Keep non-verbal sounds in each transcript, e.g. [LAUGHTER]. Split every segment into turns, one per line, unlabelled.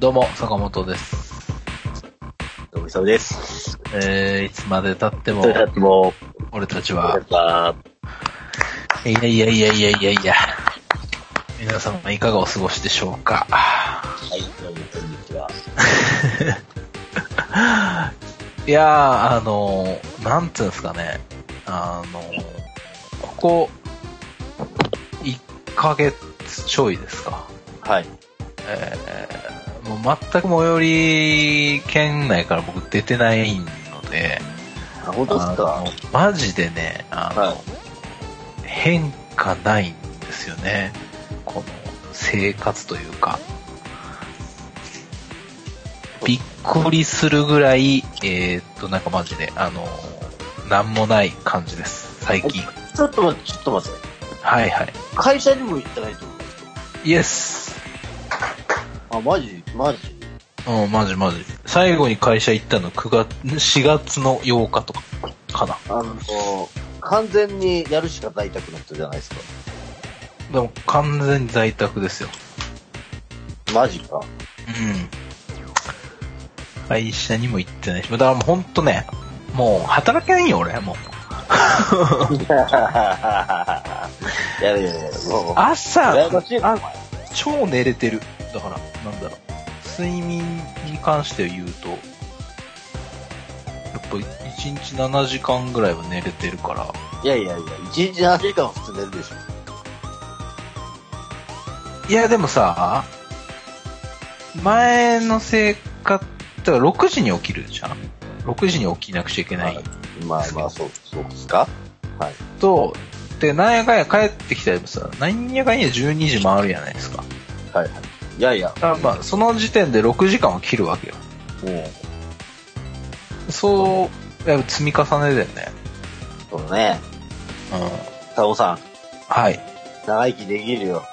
どうも、坂本です。
どうも、久々です。
えー、いつまで経
[LAUGHS]
っても
そ、れだってもう、
俺たち
な
は
ん、か、
いやいやいやいやいやいや、皆様いかがお過ごしでしょうか。
はい、どうも、こんにちは。
いやー、あのー、なんつうんですかね、あのー、ここ、1ヶ月ちょいですか。
はい。
えー、もう全く最寄り県内から僕出てないので、
あ、本当です
あ
か
のマジでね、あの、
はい
変化ないんですよね。この生活というか。びっくりするぐらい、えーっと、なんかマジで、あの、なんもない感じです、最近。
ちょっと待って、ちょっと待って。
はいはい。
会社にも行ってないと思うんですよ。
イエス。
あ、マジマジ
うん、マジマジ。最後に会社行ったの9月、4月の8日とか、かな。
あの、完全にやるしか在宅の人じゃないですか。
でも完全に在宅ですよ。
マジ [LAUGHS] か。
うん。会社にも行ってないし、だからもうほんとね、もう働けないよ俺、もう。
やるやるやる。もう、
朝
羨、ましい
あ超寝れてる。だから、なんだろう。睡眠に関して言うと、やっぱ1日7時間ぐらいは寝れてるから、
いやいやいや、一日何時間は普通寝るでしょ。
いや、でもさ、前の生活、だから6時に起きるじゃん ?6 時に起きなくちゃいけない
まあまあ、そう、そうですか
と、で、なんやかんや帰ってきたりもさ、なんやかんや12時回るじゃないですか。
はい。いやいや、
だからまあ、その時点で6時間は切るわけよ。
もう、
そう、やっぱ積み重ねだよね。
そうね、
うん。
タオさん、
はい。
長生きできるよ。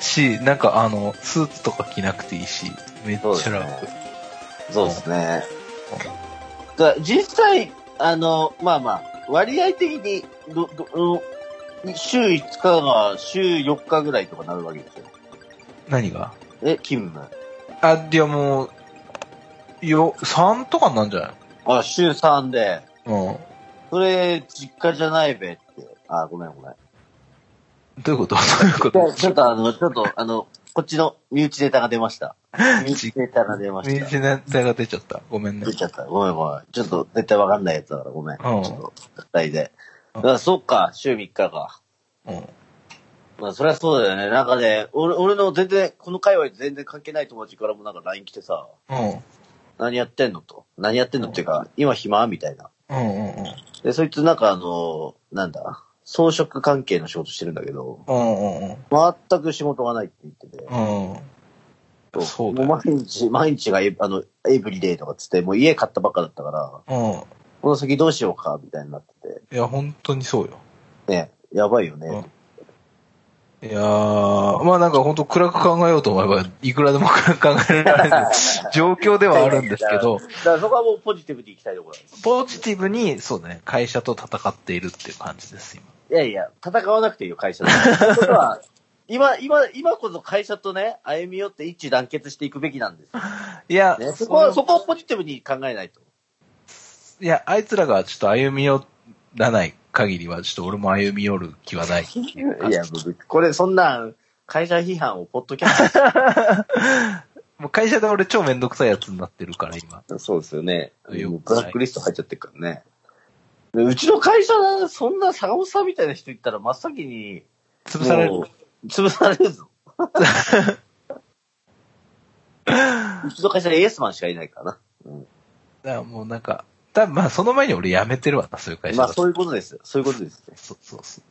し、なんかあの、スーツとか着なくていいし、めっ
そうで
ち
す
ゃ
ね
楽。
そうですね。だ実際、あの、まあまあ、割合的にど、ど、うん週5日が週4日ぐらいとかなるわけですよ。
何が
え、勤務。
あ、いやもう、よ、3とかなんじゃない
あ、週3で、
のうん。
それ、実家じゃないべって。あ、ごめんごめん。
どういうこと [LAUGHS] どういうこ
ちょ
と
ちょっとあの、ちょっとあの、こっちの身内ネタが出ま [LAUGHS] した。身内ネタが出ま
身
した。
内ネタが出ちゃった。ごめんね
出。ちゃった。ごめんごめん。ちょっと絶対わかんないやつだからごめん。ちょっと、二人で。
うん
だからそっか、週3日か。
うん。
まあ、そりゃそうだよね。なんかね、俺、俺の全然、この界隈全然関係ない友達からもなんか LINE 来てさ、
うん。
何やってんのと。何やってんのっていうか、今暇みたいな。
うんうんうん。
で、そいつなんかあの、なんだ、装飾関係の仕事してるんだけど、
うんうんうん。
全く仕事がないって言ってて。
うん。そうだ
もう
よ。
毎日、毎日がエ、あの、エイブリデイとかつって、もう家買ったばっかだったから、
うん。
この先どうしようか、みたいになって
いや、本当にそうよ。
て、ね、やばいよね。
いやー、まあなんか本当暗く考えようと思えば、いくらでも暗く考えられ [LAUGHS] る状況ではあるんですけど、
だからそこはもうポジティブに行きたいところなんで
[LAUGHS]
す。
ポジティブに、そうね、会社と戦っているっていう感じです、今。
いやいや、戦わなくていいよ、会社と。僕 [LAUGHS] は今、今、今こそ会社とね、歩み寄って一致団結していくべきなんですよ、
いや、
[LAUGHS] ね。そこ
そう
は、そこをポジティブに考えないと。
いや、あいつらがちょっと歩み寄らない限りは、ちょっと俺も歩み寄る気は [LAUGHS] ない。
い [LAUGHS] や、僕、これそんなん、会社批判をポッドキャス
もう会社で俺超めんどくさいやつになってるから、今。
ト。 [LAUGHS] そうですよね。
よくない
ブラックリスト入っちゃってるからね。でうちの会社、そんな坂本さんみたいな人いったら真っ先に、
潰される
も。う潰される [LAUGHS] ぞ。うちの会社でエースマンしかいないからな。
だからもうなんか、多分まあその前に俺辞めてるわな、そういう会社
ま
だ
あ、
と
そういうことですよ。そういうことですね。
そうそうそう。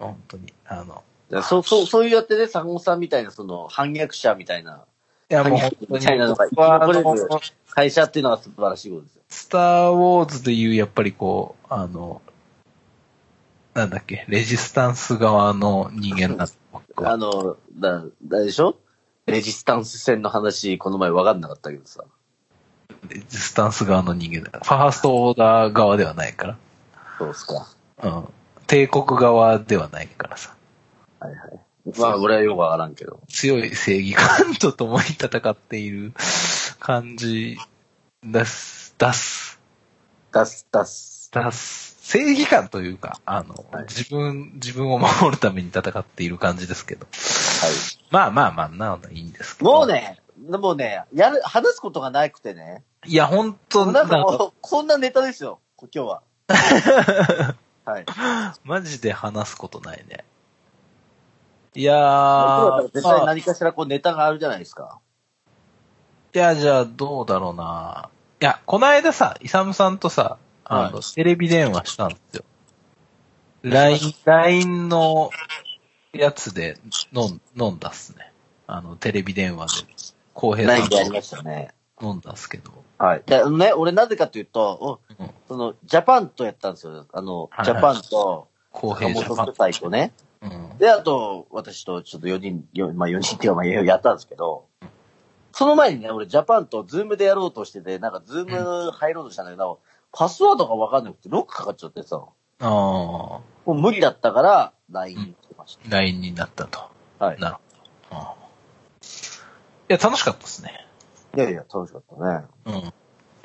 本当に。あの、
だからそう、そう、そういうやってね、坂本さんみたいな、その、反逆者みたいない
やもう
はい
本当に、
みたいなのが
僕はあの
これで会社っていうのが素晴らしいことですよ。
スター・ウォーズでいう、やっぱりこう、あの、なんだっけ、レジスタンス側の人間なんだ、僕
あ
は。
の、だ、だでしょレジスタンス戦の話、この前分かんなかったけどさ。
レジスタンス側の人間だから。ファーストオーダー側ではないか
どうですか。
ら。うん。帝国側ではないからさ。
はいはい。まあ、俺はよくわからんけど。
強い正義感と共に戦っている感じ出す、出す、
出す、出す。
出す。正義感というか、あの、
はい
自分、自分を守るために戦っている感じですけど。
は
まあまあまあ、なのでいいんですけ
い。
ど。
もう。ね、もうね、やる、話すことがなくてね。
いや、本当
な
なん
んか
か、
もう、こんなネタですよ、今
[LAUGHS]
日は。はい。
マジで話すことないね。いや
僕らだったら
ー、
絶対
まあ
何かしらこうネタがあるじゃないですか。
いや、じゃあどうだろうな。いや、こないださ、イサムさんとさ、あの、
は
テレビ電話したんですよ。LINE、LINE のやつで飲ん飲んだっすね。あの、テレビ電話で、浩平
ない
さ
ん
ん
でありま
と
したね。
飲んだっすけど。
はい。で、あのね、俺なぜかというと、お
うん
その、ジャパンとやったんですよ。あの、
はいはい
ジャパンと、
浩
坂
平ジャパ
本夫妻とね。
ン。うん。
で、あと、私とちょっと4人、よまあ4人っていうか、まあやったんですけど、その前にね、俺ジャパンとズームでやろうとしてて、なんかズーム入ろうとしたんだけど、パスワードがわかんなくてロックかかっちゃってさ、も
あ
う無理だったから、LINE 来まし
ー、LINE になったと。
た。はい。
なるほど。うんいや、楽しかったっすね。
いやいや、楽しかったね。
う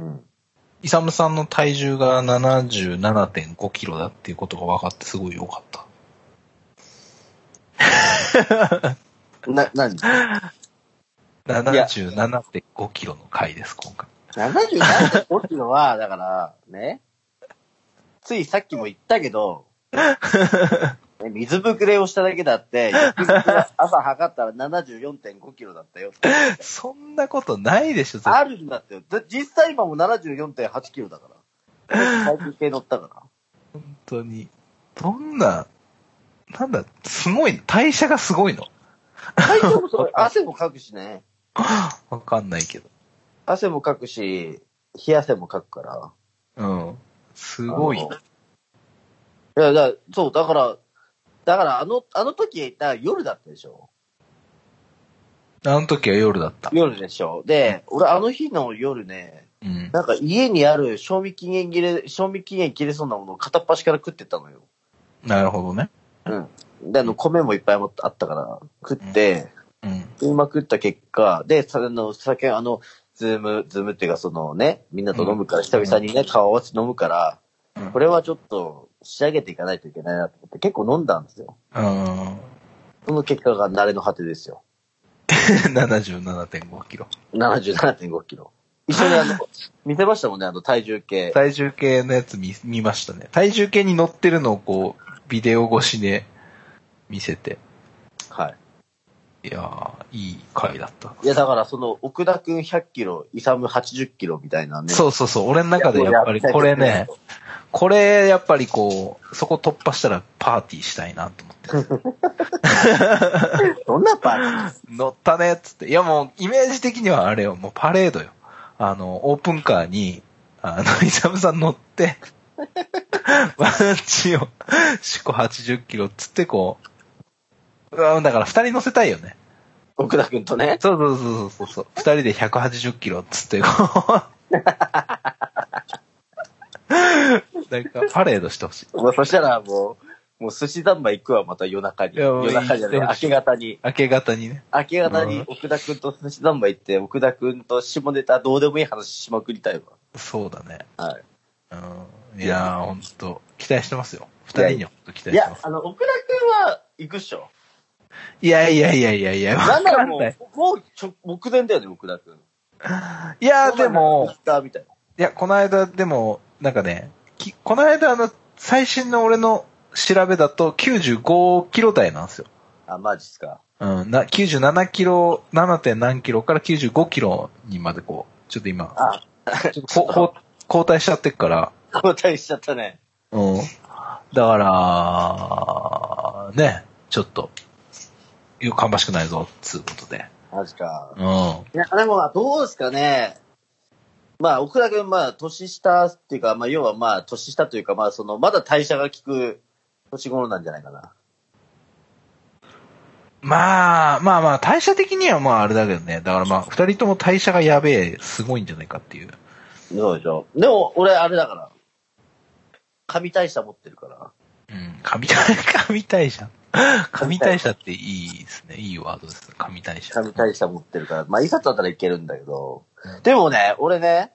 ん。
うん。
イサムさんの体重が77.5キロだっていうことが分かってすごい良かった。
な、なに
77.5キロの回です、今回。
?77.5 っていうのは、だから、ね、ついさっきも言った
[LAUGHS]
けど、ね水ぶくれをしただけだって、翌日朝測ったら74.5キロだったよって。
そんなことないでしょ、絶対
あるんだってよ。で実際今も74.8キロだから。最近系乗ったか
本当に。どんな、なんだ、すごい、代謝がすごいの
ら。体調
[LAUGHS]
もそう。汗もかくしね。
わかんないけど。
汗もかくし、冷や汗もかくから。
うん。すごい。
あの。いや、だそう、だから、だからあの、あの時、だから夜だったでしょ
あの時は夜だった。
夜でしょで、俺あの日の夜ね、
うん。
なんか家にある賞味期限切れ、賞味期限切れそうなものを片っ端から食ってたのよ。
なるほどね。
うん。で、あの、米もいっぱいもあったから、食って、
うん。
食いまくった結果、で、さあの、酒、あの、ズーム、ズームっていうか、そのね、みんなと飲むから、
うん
久々にね、顔を合わせて飲むから、
うん
これはちょっと仕上げていかないといけないなと思って、結構飲んだんですよ。
うん。
その結果が慣れの果てですよ。
[LAUGHS] 77.5キロ。
77.5キロ。一緒にあの、見せましたもんね、あの、体重計。
体重計のやつ見、見ましたね。体重計に乗ってるのをこう、ビデオ越しで見せて。
はい
やー、いい回だった。
い。いや、だからその、奥田くん100キロ、イサム80キロみたいなね。
そうそうそう。俺の中でやっぱりこれね、これ、やっぱりこう、そこ突破したらパーティーしたいなと思って。
どんなパーテ
乗ったねっつって。いやもう、イメージ的にはあれよ、もうパレードよ。あの、オープンカーに、あの、イ [LAUGHS] サムさん乗って、 [LAUGHS] ワンチを、四股80キロっつってこう、うんだから二人乗せたいよね。
奥田くんとね。
そうそうそうそうそう。二人で180キロっつってこう。 [LAUGHS] なんか、パレードしてほしい。
まあ、そしたらもう、もう寿司三昧行くわ、また夜中に。
いやもう
夜中じゃない、
行って
明
ほしい
け方に。
明け方にね。
明け方に
うん
奥田くんと寿司三昧行って、奥田くんと下ネタどうでもいい話しまくりたいわ。
そうだね。
は
うん。いやー、ほんと、期待してますよ。二人にはほんと期
い。
待
い
してま
や、
す。
あの、奥田くんは行くっしょ。
いやいやいやいやいや、
な
わ
んな
からん
も
ない。
う、もうちょ目前だよね、奥田くん。
いやー、でも
ツイ、ッターみた
い
い
や、この間、でも、なんかね、きこの間、あの、最新の俺の調べだと95キロ台なんですよ。
な。あ、マジっすか。
うん、な、97キロ、7. 点何キロから95キロにまでこう、ちょっと今、
あ、
ちょっとここ交代しちゃってっから、
交代しちゃったね。
うん。だから、ね、ちょっと、よかんばしくないぞ、つうことで。
マジか。
うん。
いや、でも、どうですかね。まあ、奥田くん、まあ、年下っていうか、まあ、要はまあ、年下というか、まあ、その、まだ代謝が効く年頃なんじゃないかな。
まあ、まあまあ、代謝的にはまああれだけどね。だからまあ、二人とも代謝がやべえ、すごいんじゃないかっていう。
そうでしょ。でも、俺、あれだから。神代謝持ってるから。
[LAUGHS] うん。神代謝、神代謝。神代謝っていいですね。いいワードですね。神代謝。
紙大社持ってるから、まあ、いざとだったらいけるんだけど。でもね、俺ね、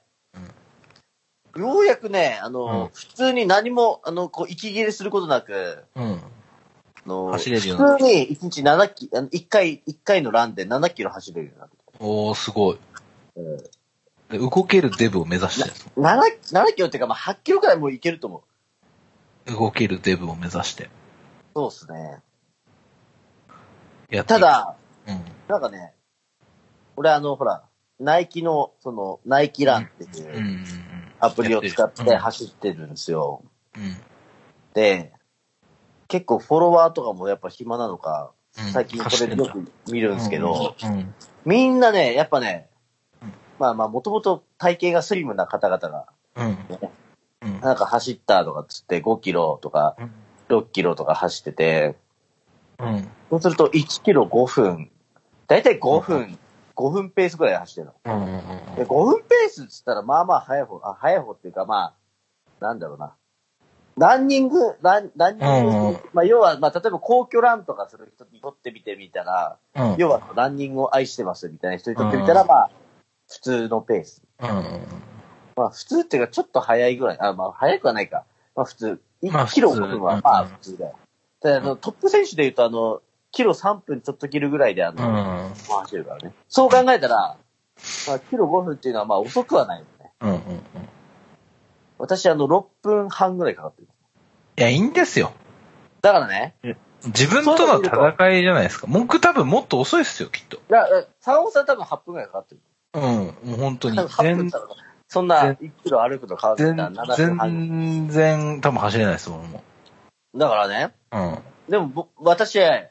ようやくね、あの、
うん
普通に何も、あの、こう、息切れすることなく、
うん。
あの、
走れるようになっ
普通に1日7キロ、1回、一回のランで7キロ走れるようになって
おー、すごい。
うん
で動けるデブを目指してる
7、7キロっていうか、まあ、8キロくらいもういけると思う。
動けるデブを目指して。
そうですね。
やって
た
る、
だ、
うん。
なんかね、俺あの、ほら、ナイキの、その、ナイキランって
うんうん
いうアプリを使って走ってるんですよ。
うん。うん。
で、結構フォロワーとかもやっぱ暇なのか、
うん
最近これよく見るんですけど、
うん。
みんなね、やっぱね
うん、
まあまあ、もともと体型がスリムな方々が、
うん。うん。
なんか走ったとかっつって5キロとか
うん
6キロとか走ってて、
うん。
そうすると1キロ5分、だいたい5分、5分ペースぐらいで走ってるの。
うん。
で5分ペースっつったら、まあまあ早い方、あ、早い方っていうか、まあ、なんだろうな。ランニング、ラン、ランニング、
うんうん
まあ要は、まあ例えば皇居ランとかする人にとってみてみたら、
うん。
要はランニングを愛してますみたいな人にとってみたら、
うん
まあ、普通のペース。
うん。
まあ普通っていうか、ちょっと早いぐらい、あ、まあ早くはないか。まあ普通。
まあ
1キロ
普通
5分
うん
は、まあ普通だよ。ただあの、トップ選手で言うと、あの、キロ3分ちょっと切るぐらいで、あ
う
の、
ん。
まあ走るからね。そう考えたら、まあキロ5分っていうのは、まあ遅くはないよね。
うん。うん。
私、あの、6分半ぐらいかかってる。
いや、いいんですよ。
だからね、
自分との戦いじゃないですか。僕多分もっと遅いっすよ、きっと。
だから坂本さん多分8分ぐらいかかってる。
うん。もう本当に
多分。8分
全
だからそんな1キロ歩くの変わってた
然
ら、7分
全
半。
然多分走れないです、俺も。
だからね、
うん。
でも僕、私、ね、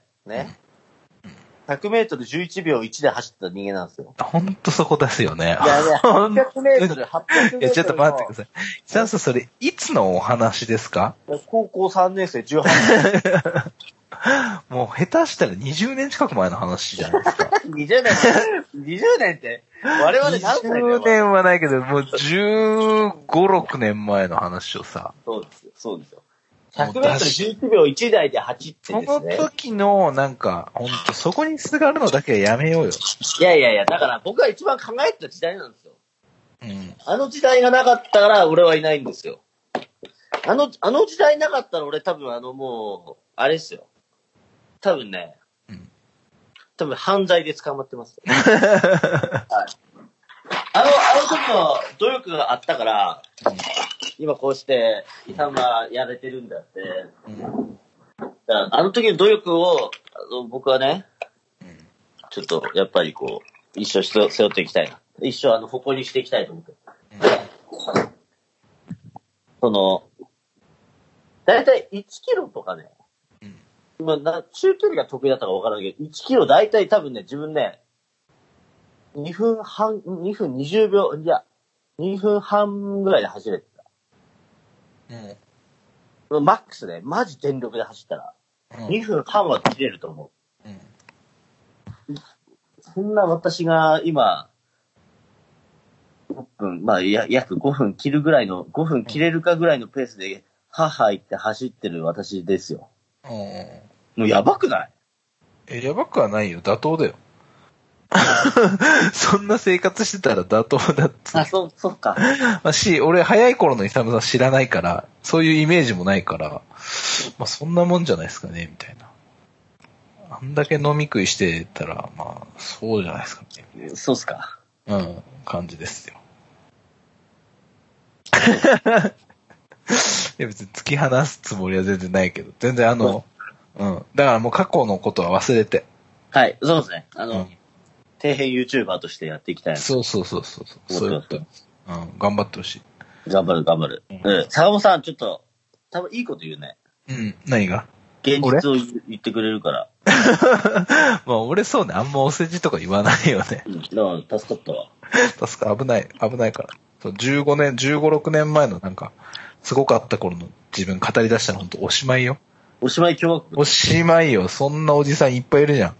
100メートル11秒1で走ってた人間なんですよ。
ほんとそこですよね。
いやね、
ほんと
800メートル、800メート
[LAUGHS]
ル。
いや、ちょっと待ってください。さあ、それ、いつのお話ですか
い。高校3年生18
もう下手したら20年近く前の話じゃないですか。
年、20年、20年って、我々何歳だ
20。
よ
年はないけど、もう15、6年前の話をさ、
そうですよ、そうですよ。100メートル11秒1台で走って
そ
です
の
ね。
時の、なんか、ほんと、そこにすがるのだけはやめようよ。
いやいやいや、だから僕が一番考えてた時代なんですよ。
うん。
あの時代がなかったから俺はいないんですよ。あの、あの時代なかったら俺多分あのもう、あれですよ。多分ね、
うん
多分犯罪で捕まって
[LAUGHS]
ます。はい。あの、あの時の努力があったから、今こうして、イさんはやれてるんだって、
うん。
だからあの時の努力を、あの僕はね、
ん
ちょっとやっぱりこう、一生背負っていきたいな。一生あの、誇りにしていきたいと思って。その、だいたい1キロとかね、
うん
今な、中距離が得意だったかわからないけど、1キロだいたい多分ね、自分ね、2分半、2分20秒、いや、2分半ぐらいで走れてた。
うん。
マックスね、マジ全力で走ったら、2分半は切れると思
うん。
う。そんな私が今、6分、まあ、や、約5分切るぐらいの、5分切れるかぐらいのペースで、はは言って走ってる私ですよ。
うん。
もうやばくない
え、やばくはないよ。妥当だよ。そんな生活してたら妥当だっつ
あ、そう、そっか。
まあし、俺早い頃のイサムさん知らないから、そういうイメージもないから、まあそんなもんじゃないですかね、みたいな。あんだけ飲み食いしてたら、まあそうじゃないですかね。
そうっすか。
うん、感じですよ。 [LAUGHS] いや別に突き放すつもりは全然ないけど、全然あの、うん。だからもう過去のことは忘れて。
はい、そうですね。あ
う
の、
ん、
底辺 YouTuber としてやっていきたいな。
そうそうそうそう。そういうこと。うん、頑張ってほしい。
頑張る、頑張る。
うん
うん。坂本さん、ちょっと、多分いいこと言うね。
うん、何が
現
俺
実を言言ってくれるから。
まあ俺そうね、あんまお世辞とか言わないよね。
うん。だから、助かったわ。
[LAUGHS] 確か危ない、危ないから。そう15年、15、6年前のなんか、すごかった頃の自分語り出したら本当おしまいよ。
おしまい共和国。 [LAUGHS]
おしまいよ。そんなおじさんいっぱいいるじゃん。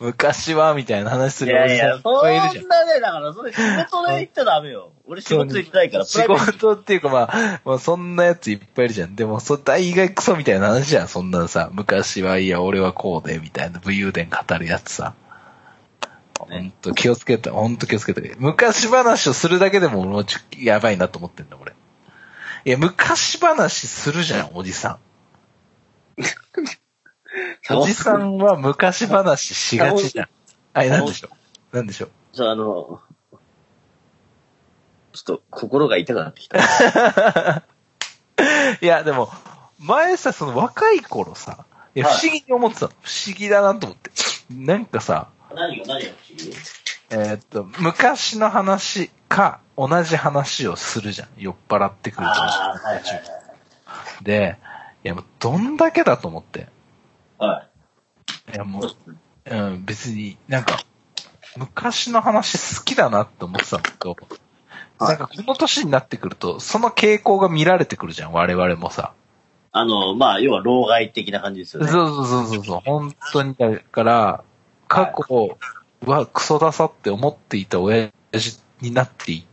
昔は、みたいな話す
い
るお
や
じ
い
さ
や、
ん
そん
が
ない
る
ね
じゃん。、
だから、それ仕事で行っちゃダメよ。俺仕事行きたいから、プ
仕
ライベート
事っていうかまあ、まあそんなやついっぱいいるじゃん。でも、そ、大概クソみたいな話じゃん。そんなさ、昔はいや、俺はこうで、みたいな武勇伝語るやつさ。ほんと気をつけた、ほんと気をつけて。昔話をするだけでも、もうちょ、やばいなと思ってんだ、俺。いや、昔話するじゃん、おじさん。おじさんは昔話しがちじゃん。あれ、なんでしょうなんでしょう
そう、あの、ちょっと心が痛くなって
[LAUGHS]
きた。
いや、でも、前さ、その若い頃さ、いや、
はい
不思議に思ってたの。不思議だなと思って。なんかさ、
何が何が不思議
えーっと、昔の話か、同じ話をするじゃん。酔っ払ってくる
ああ、はいはい
と。で、いや、もうどんだけだと思って。
はい。はい
いや、もう、うん、別になんか、昔の話好きだなって思ってたんだけど、
はい
なんかこの年になってくると、その傾向が見られてくるじゃん、我々もさ。
あの、まあ、要は、老害的な感じですよね。
そうそうそうそうそう、本当にだから、過去はクソださって思っていた親父になっていっ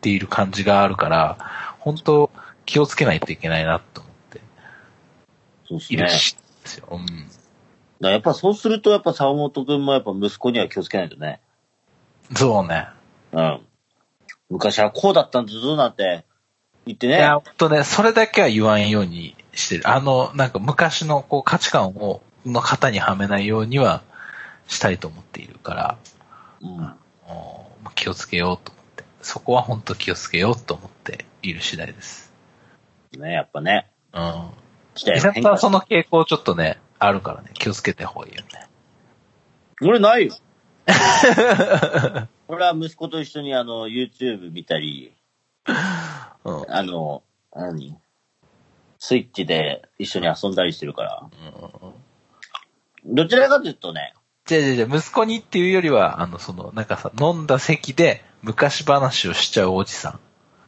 ている感じがあるから、本当気をつけないといけないなと思って
そうです
い
ね。
る
だか
し、ですよ。うん。
らやっぱそうすると、やっぱ沢本くんもやっぱ息子には気をつけないとね。
そうね。
うん。昔はこうだったんだぞなんて言って
い
ね
や、。ほんとね、それだけは言わんようにしてる。あの、なんか昔のこう価値観を、の型にはめないようにはしたいと思っているから、
うん。
もう気をつけようと思って。そこは本当気をつけようと思っている次第です。
ね、やっぱね。
うん。
来た
伊
よ。
沢さんはその傾向ちょっとね、あるからね、気をつけた方がいいよね。
俺な
[LAUGHS]
いよ。俺は息子と一緒にあの、YouTube 見たり、
うん。うん
あの、何スイッチで一緒に遊んだりしてるから。どちらかというとね、
じゃあじゃあじゃあ息子にっていうよりは、あの、その、なんかさ、飲んだ席で昔話をしちゃうおじさん。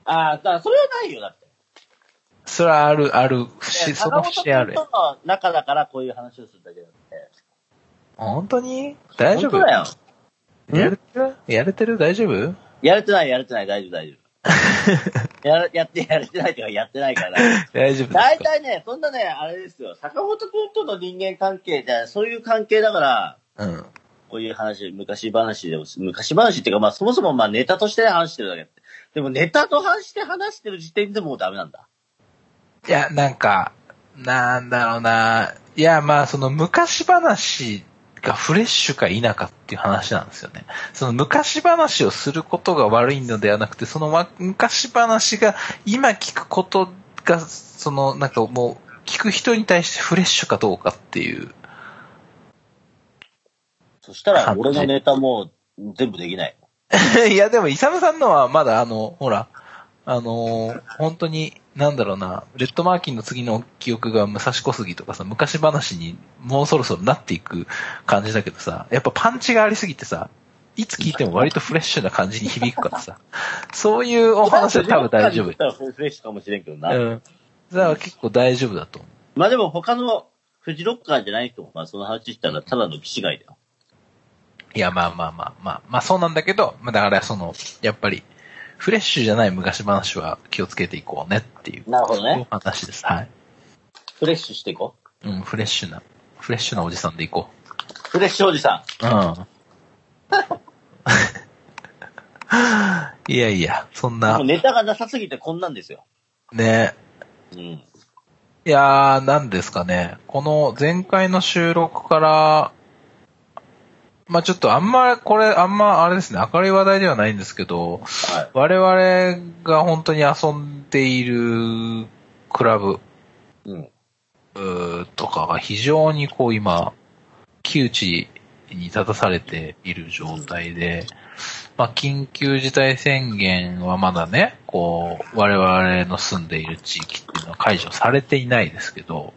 ああ、だからそれはないよ、だって。
それはある、ある、節、その
坂本
節ある
君。との中だからこういう話をするだけだって。
本当に大丈夫
本当だよ。
やれてるやれてる大丈夫
やれてない、やれてない、大丈夫、大丈
[LAUGHS]
夫。ややって、やれてないとかやってないから。
大丈夫ですか
大体ね、そんなね、あれですよ、坂本くんとの人間関係って、そういう関係だから、
うん。
こういう話、昔話でも、昔話っていうか、まあそもそもまあネタとして話してるだけって。でもネタと話して話してる時点でもうダメなんだ。
いや、なんか、なんだろうな。いや、まあ、その昔話がフレッシュか否かっていう話なんですよね。その昔話をすることが悪いのではなくて、そのわ昔話が今聞くことが、その、なんかもう、聞く人に対してフレッシュかどうかっていう。
そしたら俺のネタもう全部できない。
[LAUGHS] いや、でも、イサムさんのはまだあの、ほら、あのー本当に、なんだろうな、レッドマーキンの次の記憶が武蔵小杉とかさ、昔話にもうそろそろなっていく感じだけどさ、やっぱパンチがありすぎてさ、いつ聞いても割とフレッシュな感じに響くから
[LAUGHS]
さ、そういうお話は多分大丈夫
だ。からフレッシュかもしれんけどな。
うん。じゃあ結構大丈夫だと思う。
まあでも他のフジロッカーじゃない人がその話したらただの気違いだよ。
いや、まあまあまあまあ、まあそうなんだけど、まあだからその、やっぱり、フレッシュじゃない昔話は気をつけていこうねっていう。
なるほどね
そういう話です。はい。
フレッシュしていこう。
うん、フレッシュな、フレッシュなおじさんで行こ
フレッシュおじさ
う。 [LAUGHS] うん。いやいや、そん
ん。も
な
う、ネタがなさすぎてこんなんですよ。
ね。
うん。
いやー、なんですかね。この前回の収録から、まあちょっとあんま、これ、あんま、あれですね、明るい話題ではないんですけど、
はい。
我々が本当に遊んでいるクラブ
うん。
うーとかが非常にこう今、窮地に立たされている状態で、まあ緊急事態宣言はまだね、こう、我々の住んでいる地域っていうのは解除されていないですけど、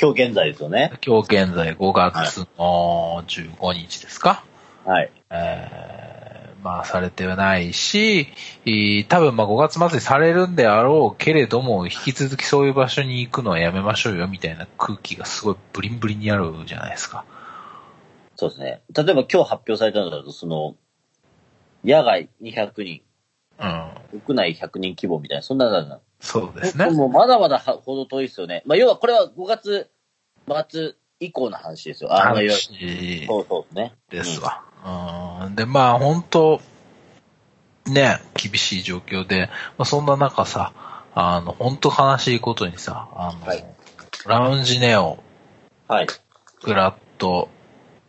今日現在ですよね。
今日現在5月の15日ですか、
はい。
えーまあ、されてはないし、えー多分まあ5月末にされるんであろうけれども、引き続きそういう場所に行くのはやめましょうよみたいな空気がすごいブリンブリンにあるじゃないですか。
そうですね。例えば今日発表されたのだと、その、野外200人、
うん。
屋内100人規模みたいな、そんなのだな。
そうですね。
もうまだまだはほど遠いですよね。まあ、要はこれは5月末以降の話ですよ。あまあ、要は
話
そうそうですね。
ですわ。うん。で、まあ本当ね、厳しい状況で、まあ、そんな中さ、あの、本当悲しいことにさ、あの、
はい
ラウンジネオ、
はい。
グラッド、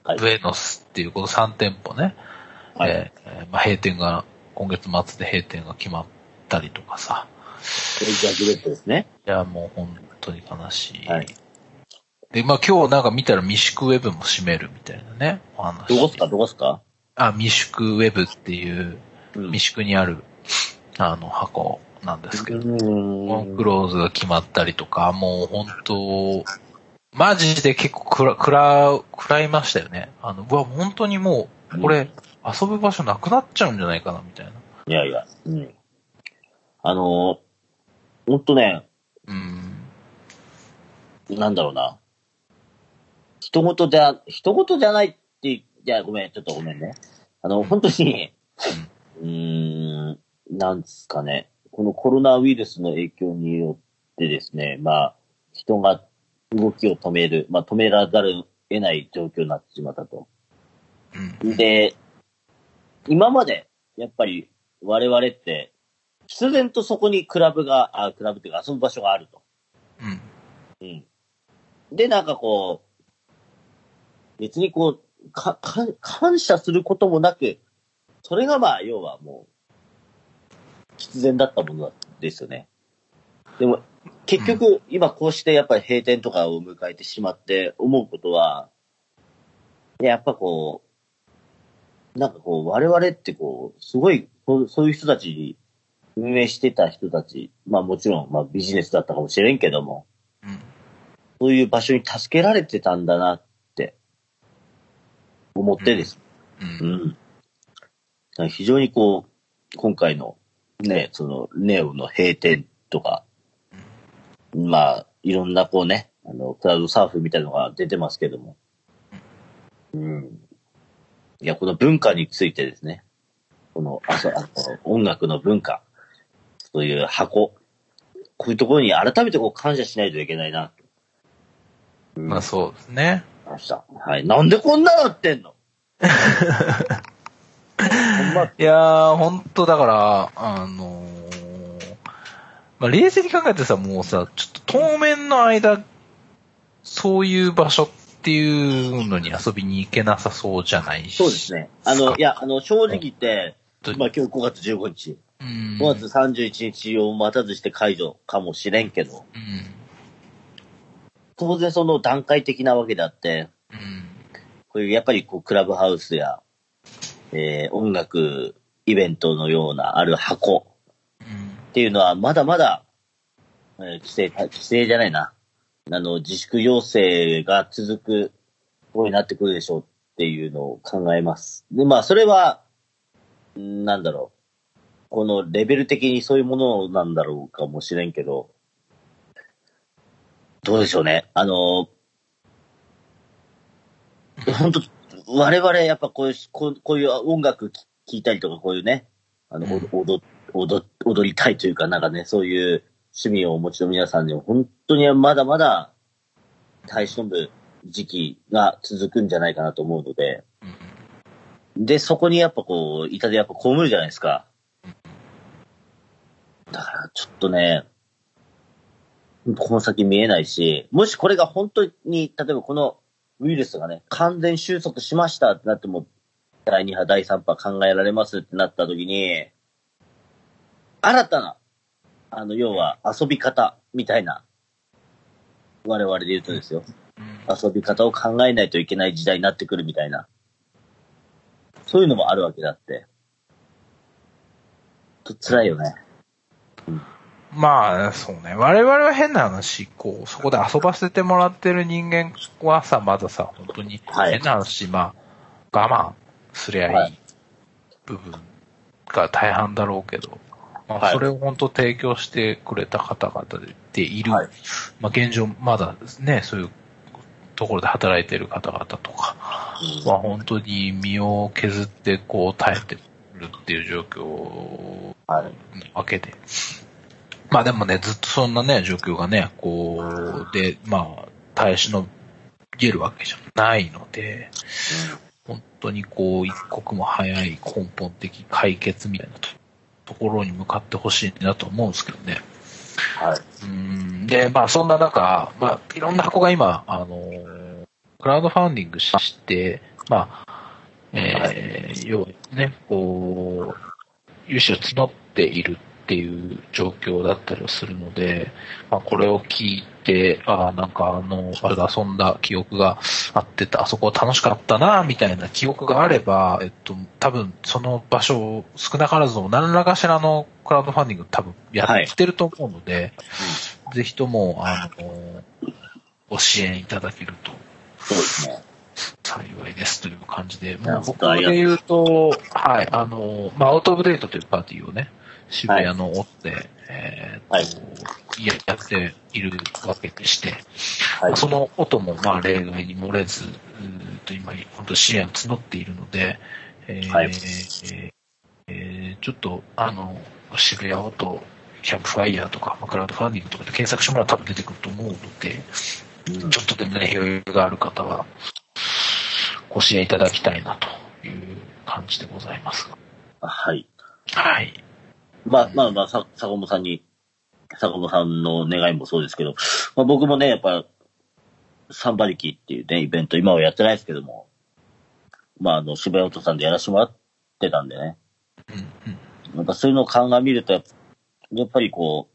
はい
ブエノスっていうこの3店舗ね、
はい。
えーまあ、閉店が、今月末で閉店が決まったりとかさ、
これじゃあグレートですね。
いや、もう本当に悲しい。
はい
で、まあ今日なんか見たら未宿ウェブも閉めるみたいなね、お話。
どこっすかどこっすか
あ、未宿ウェブっていう、
うん
未宿にある、あの、箱なんですけど、
う
コン
ん
クローズが決まったりとか、もう本当、マジで結構くら、くら、くらいましたよね。あの、うわ、本当にもう、これ、遊ぶ場所なくなっちゃうんじゃないかな、みたいな。
いやいや。うん。あのー、ほんとね、
うん。
なんだろうな。人事じゃ、人事じゃないって、いや、ごめん、ちょっとごめんね。あの、本当に、うーん、なんですかね。このコロナウイルスの影響によってですね、まあ、人が動きを止める、まあ、止めらざるを得ない状況になってしまったと。
うん。
で、今まで、やっぱり、我々って、必然とそこにクラブが、あ、クラブっていうか遊ぶ場所があると。
うん。
で、なんかこう、別にこう、か、か、感謝することもなく、それがまあ、要はもう、必然だったものなんですよね。でも、結局、今こうしてやっぱり閉店とかを迎えてしまって思うことは、いややっぱこう、なんかこう、我々ってこう、すごい、そうそういう人たちに、運営してた人たち、まあもちろん、まあビジネスだったかもしれんけども、
うん。
そういう場所に助けられてたんだなって、思ってです。
うん
うん。だから非常にこう、今回のね、その、ネオの閉店とか、まあ、いろんなこうね、あの、クラウドサーフみたいなのが出てますけども。うん。いや、この文化についてですね。この、あそうあの、音楽の文化、そういう箱、こういうところに改めてこう感謝しないといけないな、うん
まあそうですね。
ました。はい。なんでこんななっ
[LAUGHS]
てんのほんま、
いやー、ほんとだから、あのーまあ冷静に考えてさ、もうさ、ちょっと当面の間、そういう場所っていうのに遊びに行けなさそうじゃないし。
そうですね。あの、いや、あの、正直言って、
ちょっと
まあ今日5月15日、
うん。
5月31日を待たずして解除かもしれんけど、
うん。
当然その段階的なわけであって、
うん。
こういうやっぱりこうクラブハウスや、えー、音楽イベントのようなある箱
うん。
っていうのはまだまだ、えー規制、規制じゃないな。あの、自粛要請が続くことになってくるでしょうっていうのを考えます。で、まあ、それは、んなんだろう。このレベル的にそういうものなんだろうかもしれんけど、どうでしょうね。あの、本当我々やっぱこういう、こうこういう音楽聴いたりとか、こういうね、あの、
うん
踊踊踊りたいというか、なんかね、そういう趣味をお持ちの皆さんにも、本当にまだまだ、対象部時期が続くんじゃないかなと思うので、で、そこにやっぱこう、痛手やっぱ被るじゃないですか。だから、ちょっとね、この先見えないし、もしこれが本当に、例えばこのウイルスがね、完全収束しましたってなっても、第2波、第3波考えられますってなった時に、新たな、あの、要は遊び方みたいな、我々で言うとですよ。
うん
遊び方を考えないといけない時代になってくるみたいな。そういうのもあるわけだって。ちょっと辛いよね。
まあ、そうね。我々は変な話、こう、そこで遊ばせてもらってる人間はさ、まださ、本当に
はい
変な話、まあ、我慢すりゃ
はい
い部分が大半だろうけど、ま
は
あ、
い
それを本当提供してくれた方々でいる、
はい
まあ、現状、まだね、そういうところで働いてる方々とか、は本当に身を削ってこう耐えてるっていう状況
はい。
わけで。まあでもね、ずっとそんなね、状況がね、こう、で、まあ、耐え忍びるわけじゃないので、本当にこう、一刻も早い根本的解決みたいなとところに向かってほしいなと思うんですけどね。
はい。
うんで、まあそんな中、まあいろんな箱が今、あのークラウドファンディングして、まあ、えー、要はね、こう、融資を募っているっていう状況だったりをするので、まあこれを聞いて、ああ、なんかあの、あれで遊んだ記憶があってた、あそこ楽しかったな、みたいな記憶があれば、えっと、多分その場所、少なからずも何らかしらのクラウドファンディング多分やってると思うので、ぜひとも、あの、ご支援いただけると
そうですね。
幸いですという感じで、
い
も
や
う僕で言うと、はい、あの、まあ、アウトオブデートというパーティーをね、渋谷の追って、えーっと、
はい
ややっているわけでして、
はい。
その音もまあ例外に漏れず、うーんと今、本当支援を募っているので、えー
はい
えーえーちょっと、あの、渋谷音、キャンプファイヤーとか、まあクラウドファンディングとかで検索してもらったら多分出てくると思うので、
うん
ちょっとでもね、余裕がある方は、ご支援いただきたいなという感じでございますが。
はい。
はい。
まあまあまあ、さ坂本さんに、坂本さんの願いもそうですけど、まあ、僕もね、やっぱ、サンバリキっていうね、イベント、今はやってないですけども、まあ、あの、渋谷音さんでやらせてもらってたんでね、
うんうん
なんかそういうのを鑑みると、やっぱやっぱりこ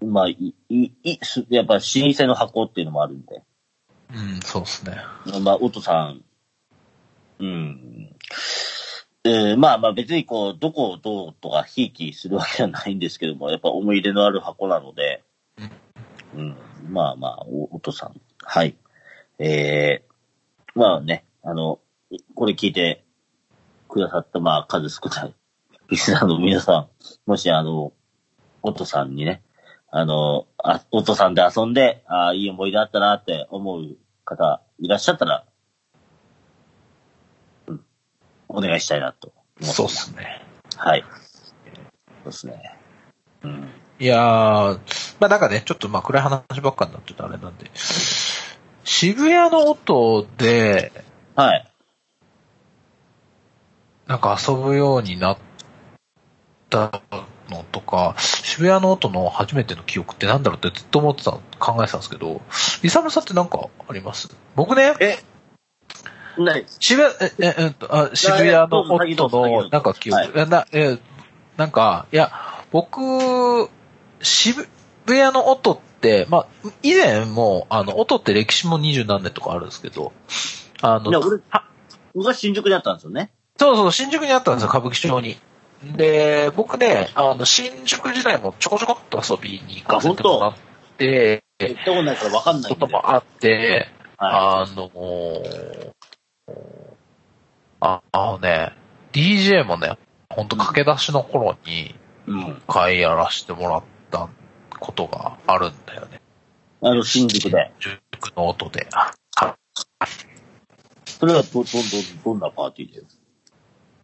う、まあ、い、い、い、すやっぱ、老舗の箱っていうのもあるんで、
うん、そうですね。
まあ、音さん、うん。えーまあまあ別にこう、どこをどうとかひいきするわけじゃないんですけども、やっぱ思い入れのある箱なので、うん、まあまあ、お音さん。はい。えー、まあね、あの、これ聞いてくださった、まあ数少ない、 [LAUGHS] リスナーの皆さん、もしあの、音さんにね、あの、あ、お父さんで遊んで、ああ、いい思い出あったなって思う方いらっしゃったら、うん、お願いしたいなと思って
そう
ま。
ですすね。
はい。そうですね。うん。
いやー、まあなんかね、ちょっとまあ暗い話ばっかになってたあれなんで、渋谷の音で、
はい。
なんか遊ぶようになったのとか、渋谷の音の初めての記憶ってなんだろうってずっと思ってた、考えてたんですけど、イサムさんってなんかあります僕ね、
えないです。
渋谷、え、え、えっと、あ渋谷の夫の、なんか記憶、えな、え、なんか、いや、僕、渋谷の音って、まあ、以前も、あの、音って歴史も二十何年とかあるんですけど、あ
いや、
の、
俺
あ、
僕は新宿にあったんですよね。
そうそう、新宿にあったんですよ、歌舞伎町に。で、僕ね、あの、新宿時代もちょこちょこっと遊びに行かせてもらって、
行ったことないから分かんない
こ
ん
と
で。
もあって、
は
あのーあ、あのね、DJ もね、ほんと駆け出しの頃に、
い。うん。
一回やらしてもらったことがあるんだよね。
あの、新宿で。
塾の音で。
それはど、ど、ど、どんなパーティーで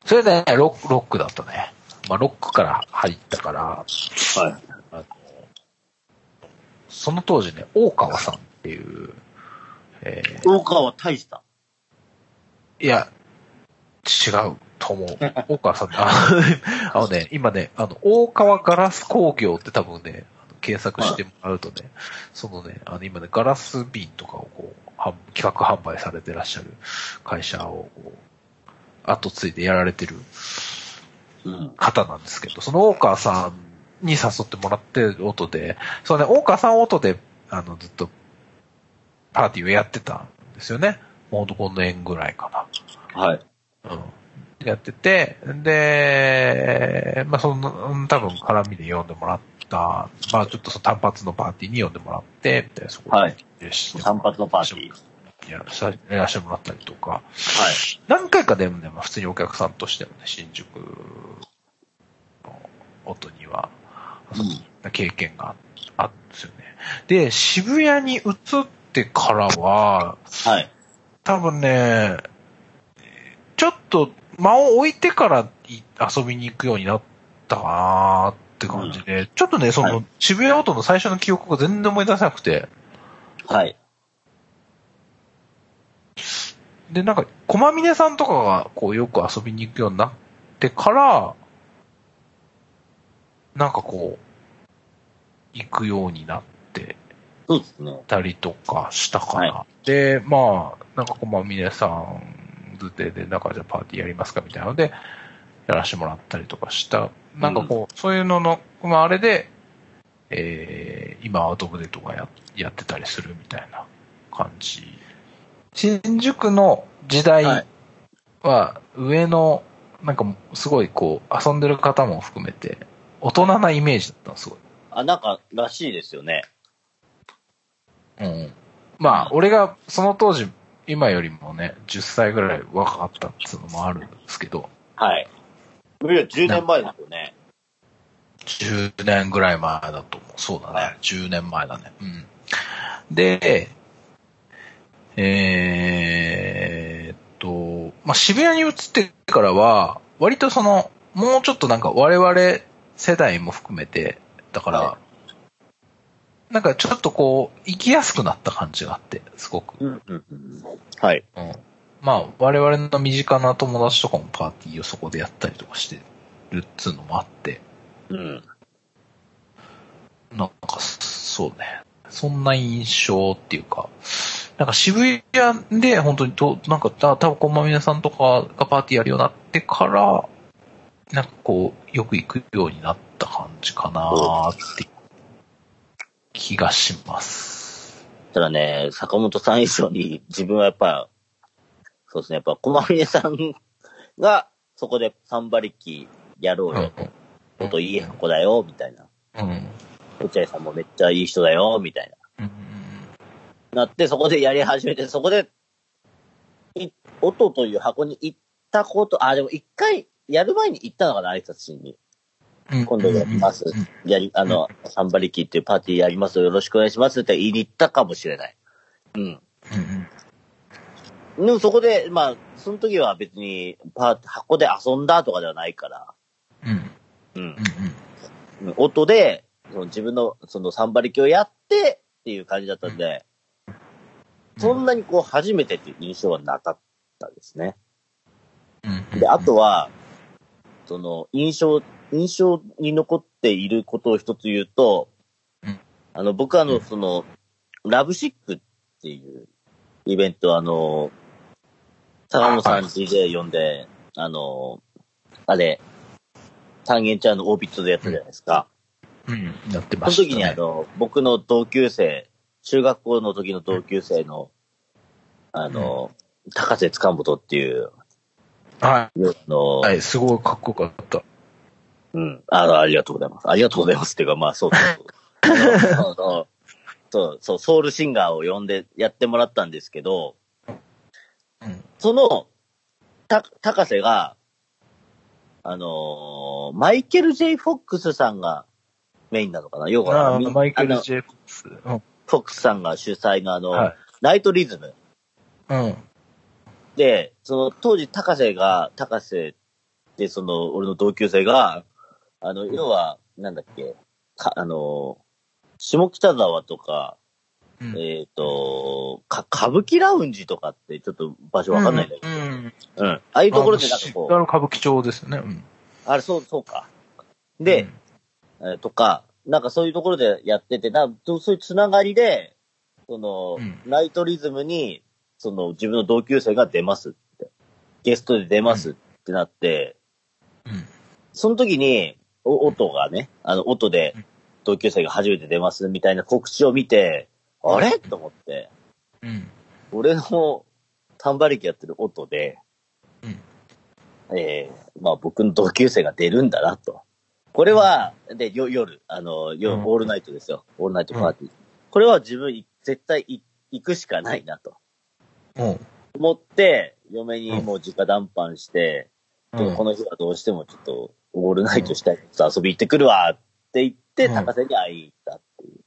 それで、ね、ロック、ロックだったね。まあ、ロックから入ったから、
はい。
その当時ね、大川さんっていう、え
大川は大した。
ー、いや、違うと思う。大川さんね、 [LAUGHS] ああのね、今ね、あの、大川ガラス工業って多分ね、あの検索してもらうとね、そのね、あの、今ね、ガラス瓶とかをこう、販企画販売されてらっしゃる会社を、こう後継いでやられてる
うん。
方なんですけど、その大川さんに誘ってもらって、音で、そうね、大川さん音で、あの、ずっと、パーティーをやってたんですよね。もうほんとこの縁ぐらいかな。
はい。
うんやってて、で、まあ、その、うん多分絡みで呼んでもらった、まあ、ちょっとその単発のパーティーに呼んでもらって、みたいな、そこ
はい
でして、
散髪のパーティー。
いやさやらしてもらったりとか、
はい。
何回かでもね、まあ、普通にお客さんとしてもね、新宿の音には、遊んだ経験がああったんですよね。で、渋谷に移ってからは、
はい。
多分ね、ちょっと間を置いてからい遊びに行くようになったかなーって感じで、ちょっとね、その、
は
渋谷音の最初の記憶が全然思い出せなくて、
はい。
で、なんか、駒峰さんとかがこうよく遊びに行くようになってから、なんかこう、行くようになって、
そうですね
行っ。たりとかしたかな。
は
で、まあ、なんかこう、まあ、皆さんずてで、なんかじゃあパーティーやりますかみたいなので、やらしてもらったりとかした。なんかこう、そういうのの、まあ、あれで、えー、今アウトオブデートがややってたりするみたいな感じ。新宿の時代
はい
は、上の、なんかすごいこう、遊んでる方も含めて、大人なイメージだったの、すごい。
あ、なんか、らしいですよね。
うん。まあ、俺がその当時、今よりもね、10歳ぐらい若かったっていうのもあるんですけど、
はい。無理は10年前ですよね。
10年ぐらい前だと思う。そうだ
は
ね。10年前だね。うん。で、えーっと、まあ、渋谷に移ってからは、割とその、もうちょっとなんか我々世代も含めて、だから、
は
なんかちょっとこう、生きやすくなった感じがあって、すごく。
うん、うん、うん。はい。
うん。まあ、我々の身近な友達とかもパーティーをそこでやったりとかしてるっつうのもあって、
うん。
なんか、そうね。そんな印象っていうか、なんか渋谷で本当にと、なんかた、たぶんこんまみなさんとかがパーティーやるようになってから、なんかこう、よく行くようになった感じかなーって気がします。
ただね、坂本さん以上に自分はやっぱ、そうですね、やっぱ、駒峰さんが、そこでサンバリッキやろ
う
うんよ、こといい子だよ、みたいな。
うん。うん。
落合さんもめっちゃいい人だよ、みたい
うん。
な。なって、そこでやり始めて、そこで、い、音という箱に行ったこと、あ、でも一回、やる前に行ったのかな、挨拶しに。
うん
今度やります。やり、あの、サンバリッキっていうパーティーやりますよ、よろしくお願いしますって言いに行ったかもしれない。うん。
うんうん。
でもそこで、まあ、その時は別に、パー、箱で遊んだとかではないから、
うん。うん。う。
うん
ん。
うん音で、その自分の、その三馬力をやってっていう感じだったんで、そんなにこう、初めてっていう印象はなかったですね。
うん
で、あ、とは、その、印象、印象に残っていることを一つ言うと
うん、
あの、僕はあ
う
の、
ん
その、ラブシックっていうイベント、あの、坂本さ
は
ん DJ 呼んで、あの、あれ、三軒茶屋のオービットでやったじゃないですか。
うん、やって
そ
ま
の
した、
時にあの、僕の同級生、中学校の時の同級生の、あの、高瀬塚本っていう、
は
あの
い、、はい、すごいかっこよかった。
うん。あのありがとうございます。ありがとうございますっていうか、まあ、そうそうそうあの。あのそう、そう、ソウルシンガーを呼んでやってもらったんですけど、
うん。
その、た、高瀬が、あのーマイケル・ J ・フォックスさんがメインなのかな要は、
あ
みん
マイケ
あ
ル・
の
ジェイコブス。うん。
フォックスさんが主催のあの、
は
ナイトリズム。
い。うん。
で、その当時高瀬が、高瀬ってその俺の同級生が、あの、要は、なんだっけ、か、あの、下北沢とか、
うん
えっ、と、か、歌舞伎ラウンジとかってちょっと場所わかんないんだけ
うん。うん
ど、うん。ああいうところでなんか
あ
こ
の、歌舞伎町ですよね。うん。
う、あれ、そう、そうか。で、えーとか、なんかそういうところでやってて、なそういうつながりで、その、
うん
ナイトリズムに、その自分の同級生が出ますって、ゲストで出ますってなって、
うん、うん。
その時に、お音がね、あの、音で
うん、
同級生が初めて出ますみたいな告知を見て、あれと思って、
うん。
俺の、 [LAUGHS] タンバリキやってる音で、えー、まあ僕の同級生が出るんだなと。これは、で、よ夜、あの、夜、
うん
オールナイトですよ。オールナイトパーティー。これは自分、絶対い行くしかないなと。
うん。
思って、嫁に
うん
もう直談判して、
う
で
ん。
もこの日はどうしてもちょっと、オールナイトしたいから遊び行ってくるわって言って、
うん
高瀬に会いに行ったっていう。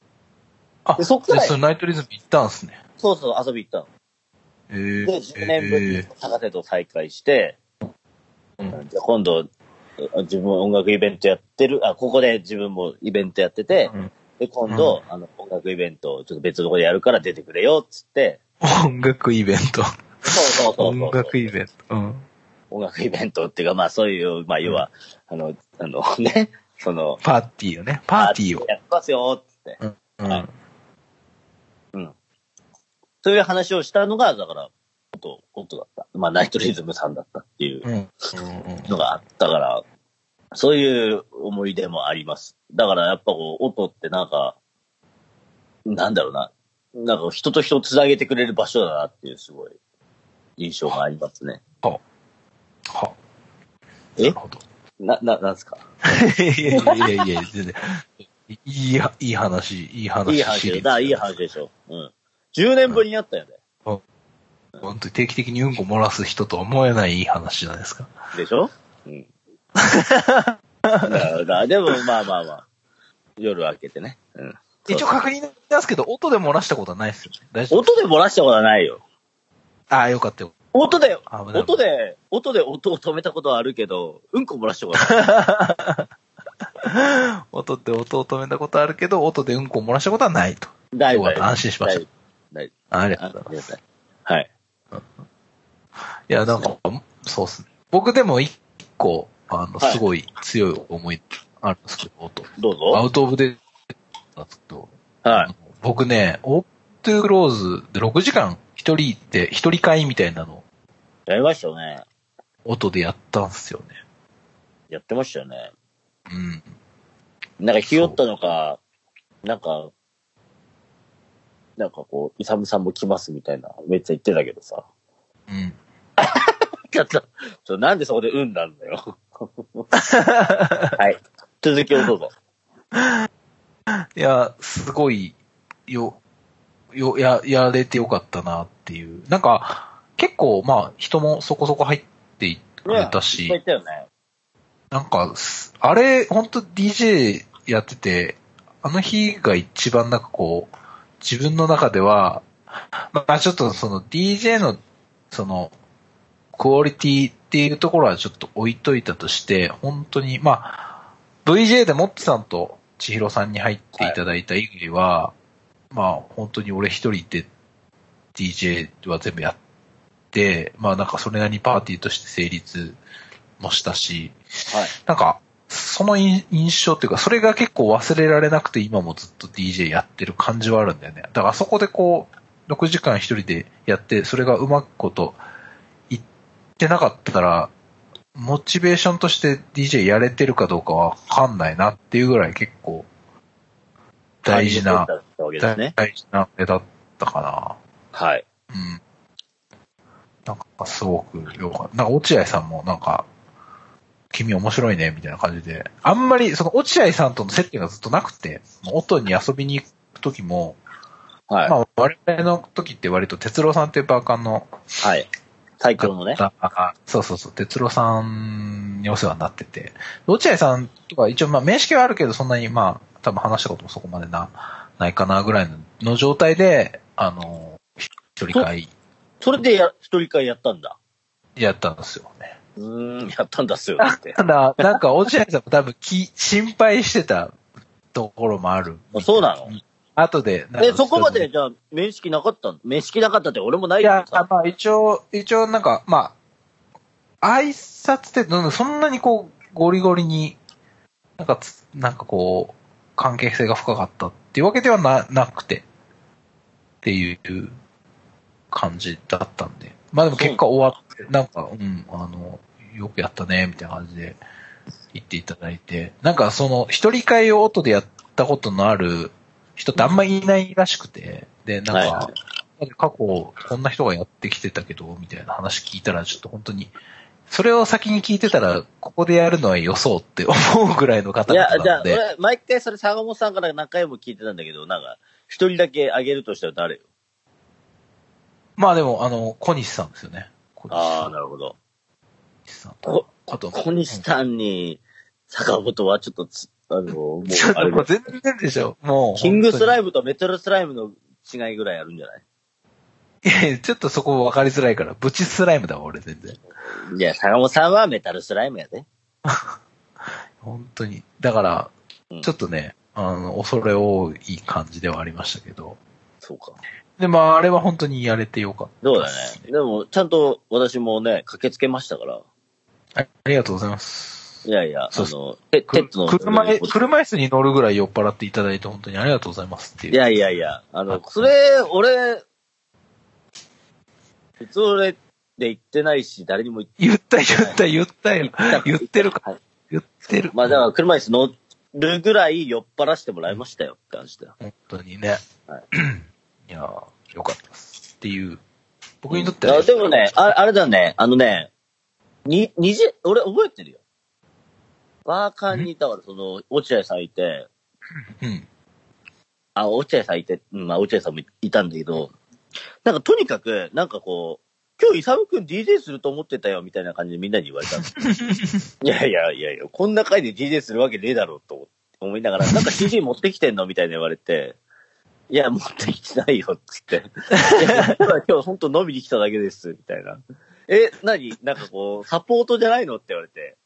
あ
で、そっか
で
ら、
そ
そう
れナイトリズム行ったんすね。
そう遊び行ったの。
えー、
で、10年ぶりに
え
高瀬と再会して、
うん
じゃあ今度、あ自分音楽イベントやってる、あ、ここで自分もイベントやってて、
うん
で、今度、あの、音楽イベントをちょっと別のとこでやるから出てくれよ、っつって、
ー音楽イベント。
そうそうそうそう。
音楽イベント。うん。
音楽イベントっていうか、まあそういう、まあ要は、あの、あの [LAUGHS] ね、その、
パーティーをね。パーティーを。
やってますよ、っつって。
う
はい
ん。
そういう話をしたのが、だから、こと、ことだった。まあナイトリズムさんだったっていう。
うん。うん
のがあったから、そういう思い出もあります。だからやっぱこう、音ってなんか、なんだろうな、なんか人と人をつなげてくれる場所だなっていうすごい印象がありますね。
は。
え
なるほど。
な、な、なんすか
いやいやいやいや、全然。いいや、いい話、いい話。
いい話だ、いい。話でしょ。うん。10年ぶりにやったよね。
本当に定期的にうんこ漏らす人とは思えないいい話じゃないですか。
でしょうん。だからだでもまあまあまあ、夜明けてね。うん。
一応確認なんですけど、音で漏らしたことはないですよね。大丈夫
音で漏らしたことはないよ。
ああ、よかったよ。
音で
あ危ない
音で、音で音を止めたことはあるけど、うんこ漏らし
[LAUGHS]
たことはない
音って音を止めたことあるけど、音でうんこを漏らしたことはないと。
大
よかった安心しました
大大丈
あり
夫。
が
あり
とう
が
ござい
たい
ます。
はい。
いや、なんか、そうっすね。僕でも一個、あの、
はい
すごい強い思いあるんですけど、音。
どう
ア
ぞ。
ウトオブデなんですけど、あ
は
の僕ね、オープントゥークローズで6時間一人で、一人会みたいなのを
い。やりましたよね。
音でやったんすよね。
やってましたよね。
うん。
なんか、ひよったのか、なんか、なんかこう、イサムさんも来ますみたいな、めっちゃ言ってたけどさ。 [LAUGHS]
うん。
ちょっと、ちょっとなんでそこでうんなんだよ。はい。続きをどうぞ。
いや、すごい、よ、よ、や、やれてよかったなっていう。なんか、結構、まあ、人もそこそこ入ってくれたし、
いっぱい言ったよね。
なんかす、あれ、ほんと DJ やってて、あの日が一番なんかこう、自分の中では、まあちょっとその DJ の、その、クオリティっていうところはちょっと置いといたとして、本当に、まあ VJ でモッツさんと千尋さんに入っていただいた以外は、まあ本当に俺一人で DJ は全部やって、まあなんかそれなりにパーティーとして成立もしたし、
はい。
なんか、その印印象っていうか、それが結構忘れられなくて今もずっと DJ やってる感じはあるんだよね。だからあそこでこう、6時間一人でやって、それがうまくこといってなかったら、モチベーションとして DJ やれてるかどうかわかんないなっていうぐらい結構、大事な、
感じてたわけです
大
ね。
大事な絵だったか
はい。
な。うん。なんかすごくよかった。なんか落合さんもなんか、君面白いね、みたいな感じで。あんまり、その落合さんとの接点がずっとなくて、もう音に遊びに行く時も、
はい。
まあ我々の時って割と哲郎さんっていうバーカンの
はい。最強のね。
方が、そうそうそう、哲郎さんにお世話になってて、落合さんとか一応まあ面識はあるけど、そんなにまあ多分話したこともそこまでな、ないかなぐらいのの状態で、あの、一人会
それでや、一人会やったんだ。
やったんですよね。
うーん、やったんだっすよって。
ただ、なんか落合さんも多分き心配してたところもある。
[LAUGHS] あそうなの
後で、なんか
え、そこまでじゃあ、面識なかったの面識なかったって俺もないいけ
や
ど、さ。
まあ一応、一応なんか、まあ、挨拶ってどんどんそんなにこう、ゴリゴリに、なんかつ、なんかこう、関係性が深かったっていうわけではな、なくて、っていう感じだったんで。まあでも結果終わって、なんか、うん、あの、よくやったね、みたいな感じで言っていただいて、なんかその、一人会を音でやったことのある人ってあんまりいないらしくて、で、なんか、
はいはい
過去、こんな人がやってきてたけど、みたいな話聞いたら、ちょっと本当に、それを先に聞いてたら、ここでやるのはよそうって思うぐらいの方
いや
々、
じゃ
な
あ、
んで、
俺、毎回それ坂本さんから何回も聞いてたんだけど、なんか、一人だけあげるとしたら誰よ
まあでも、あの、小西さんですよね。小西
あ
さ
あ、
ん
なるほど。
と
こ。
あと、
小西さんに、坂本はちょっとつ、あの、もう
うんちょっ、
あ
と
れ
も
だ
う全然でしょ。もう。
キングスラ
イ
イムとメタルスライムの違いぐらいあるんじゃない
いやいや、ちょっとそこ分かりづらいから、ブチスライムだわ、俺全然。
いや、坂本さんはメタルスライムやで。
本当に。だから
う、ん
ちょっとね、あの、恐れ多い感じではありましたけど。
そうか。
でも、あれは本当にやれてよかっ
どうだね。でも、ちゃんと私もね、駆けつけましたから。
た。あありがとうございます。
いやいや、あ
そうそ
の、テテッドの。
車へ、車椅子に乗るぐらい酔っ払っていただいて本当にありがとうございますっていう。
いやいやいや、あの
あ、
それ、俺、別俺で言ってないし、誰にも言って
言った言った言ったよ。
ない。
言ってるか。
はい
言ってる。
まあ、だから車椅子乗るぐらい酔っ払してもらいましたよって感じだよ。
本当にね。、
はい
やーよかったです。っていう。僕にとっては、
あでもね、ああれだね、あのね、に、二時、俺覚えてるよ。バーカンにいたから、その、落合さんいて、
うん。
あ、落合さんいて、うん、まあ、落合さんもいたんだけど、なんかとにかく、なんかこう、今日、イサム君 DJ すると思ってたよ、みたいな感じでみんなに言われたの。いやいやいやいや、こんな回で DJ するわけねえだろ、と思いながら、なんか DJ 持ってきてんのみたいな言われて、いや、持ってきてないよ、つって。いや、今日本当飲みに来ただけです、みたいな。え、なになんかこう、サポートじゃないのって言われて。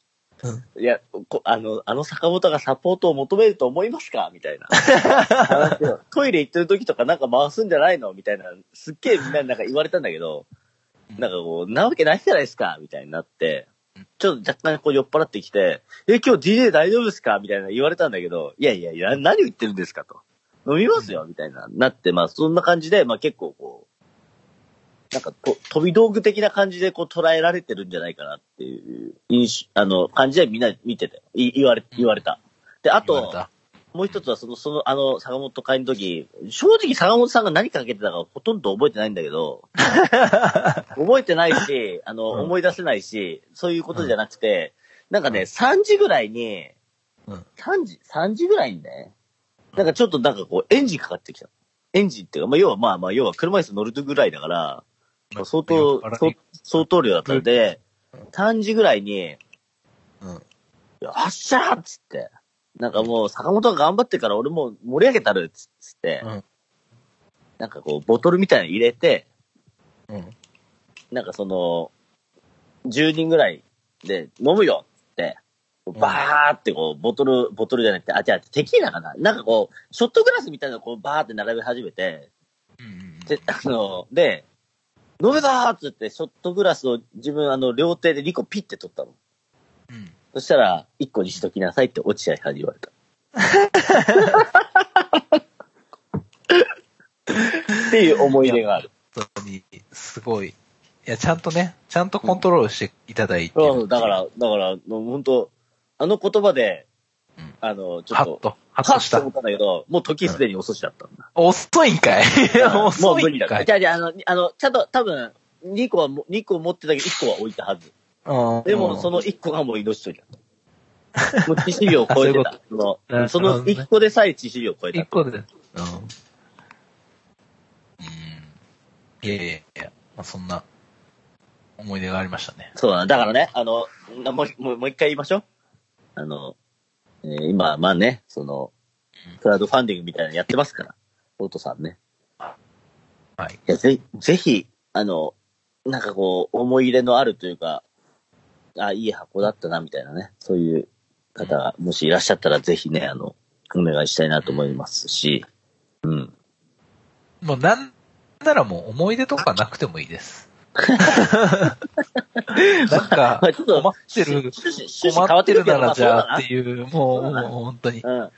いやこ、あの、あの坂本がサポートを求めると思いますかみたいな。話 [LAUGHS] をトイレ行ってる時とかなんか回すんじゃないのみたいな、すっげえみんなになんか言われたんだけど、なんかこう、なわけないじゃないですかみたいになって、ちょっと若干こう酔っ払ってきて、え、今日 DJ 大丈夫ですかみたいな言われたんだけど、いやいやいや、何を言ってるんですかと。飲みますよみたいな、なって、まあそんな感じで、まあ結構こう、なんかと飛び道具的な感じでこう捉えられてるんじゃないかなっていう印象、あの、感じでみんな見てたよ。い言われ、言われた。で、あ
言われ
と、
た
もう一つは、その、その、あの、坂本会の時、正直坂本さんが何かけてたかほとんど覚えてないんだけど、
[LAUGHS]
覚えてないし、あの、
うん
思い出せないし、そういうことじゃなくて、なんかね、3時ぐらいに、
うん
3時、3時ぐらいにね、なんかちょっとなんかこう、エンジンかかってきた。エンジンっていうか、まあ、要はまあまあ、要は車椅子乗るぐらいだから、まあ相当
酔っ払い、
相相当量だったので、3時ぐらいに、
うん。
よっしゃーっつって。なんかもう、坂本が頑張ってから俺も盛り上げたるっつつって、
うん
なんかこう、ボトルみたいに入れて、
うん。
なんかその、10人ぐらいで飲むよっつって、
ん
バーってこう、ボトル、ボトルじゃなくて、あ、違う、テキーラかななんかこう、ショットグラスみたいなのをこう、バーって並べ始めて、
うんうん
で、あの、で、飲めたーっつって、ショットグラスを自分、あの、両手で2個ピッて取ったの。
うん。
そしたら、1個にしときなさいって落合さんに言われた。っていう思い出がある。
本当に、すごい。いや、ちゃんとね、ちゃんとコントロールしていただいてるってい
そうそうだか、ら、だから、もう本当あの言葉で
うん、
あの、ちょ
ハ
っ
ッ
と、
と、ハッとし
は
た
思。ったんだけど、もう時すでに遅しだったんだ。
遅いん [LAUGHS] かい
[LAUGHS] も
遅
う無
い
理
ん
だ
か
ね。
い
じゃあじゃあ、あの、あの、ちゃんと多分、2個はも、2個持ってたけど、1個は置いたはず。
うん
でも、その1個がもう命取りだ
[LAUGHS]
った。もう致死量を超えて
あ
た。その
なる
そ
ほどね
の1個でさえ致死量を超えた
一。個で。うん。うん。いやいやいや、まあ、そんな思い出がありましたね。
そうだな。だからね、あの、なもう、もう、もう一回言いましょう。あの、えー今、まあね、その、クラウドファンディングみたいなのやってますから、オートさんね。
はい。
いや、ぜ、ぜひ、あの、なんかこう、思い入れのあるというか、あ、いい箱だったな、みたいなね、そういう方が、もしいらっしゃったら、ぜひね、あの、お願いしたいなと思いますし、うん。
もうなんならもう思い出とかなくてもいい
[LAUGHS]
です。なんか
まあ、ちょっと、
困ってる
趣旨、趣旨変
困
わ
っ
って
て
る
る
け
な
ど、ま
ら
あ、
じ
そう
ゃあ
だ
っていう、もう、
そうだな
もう本当に、
な。うん。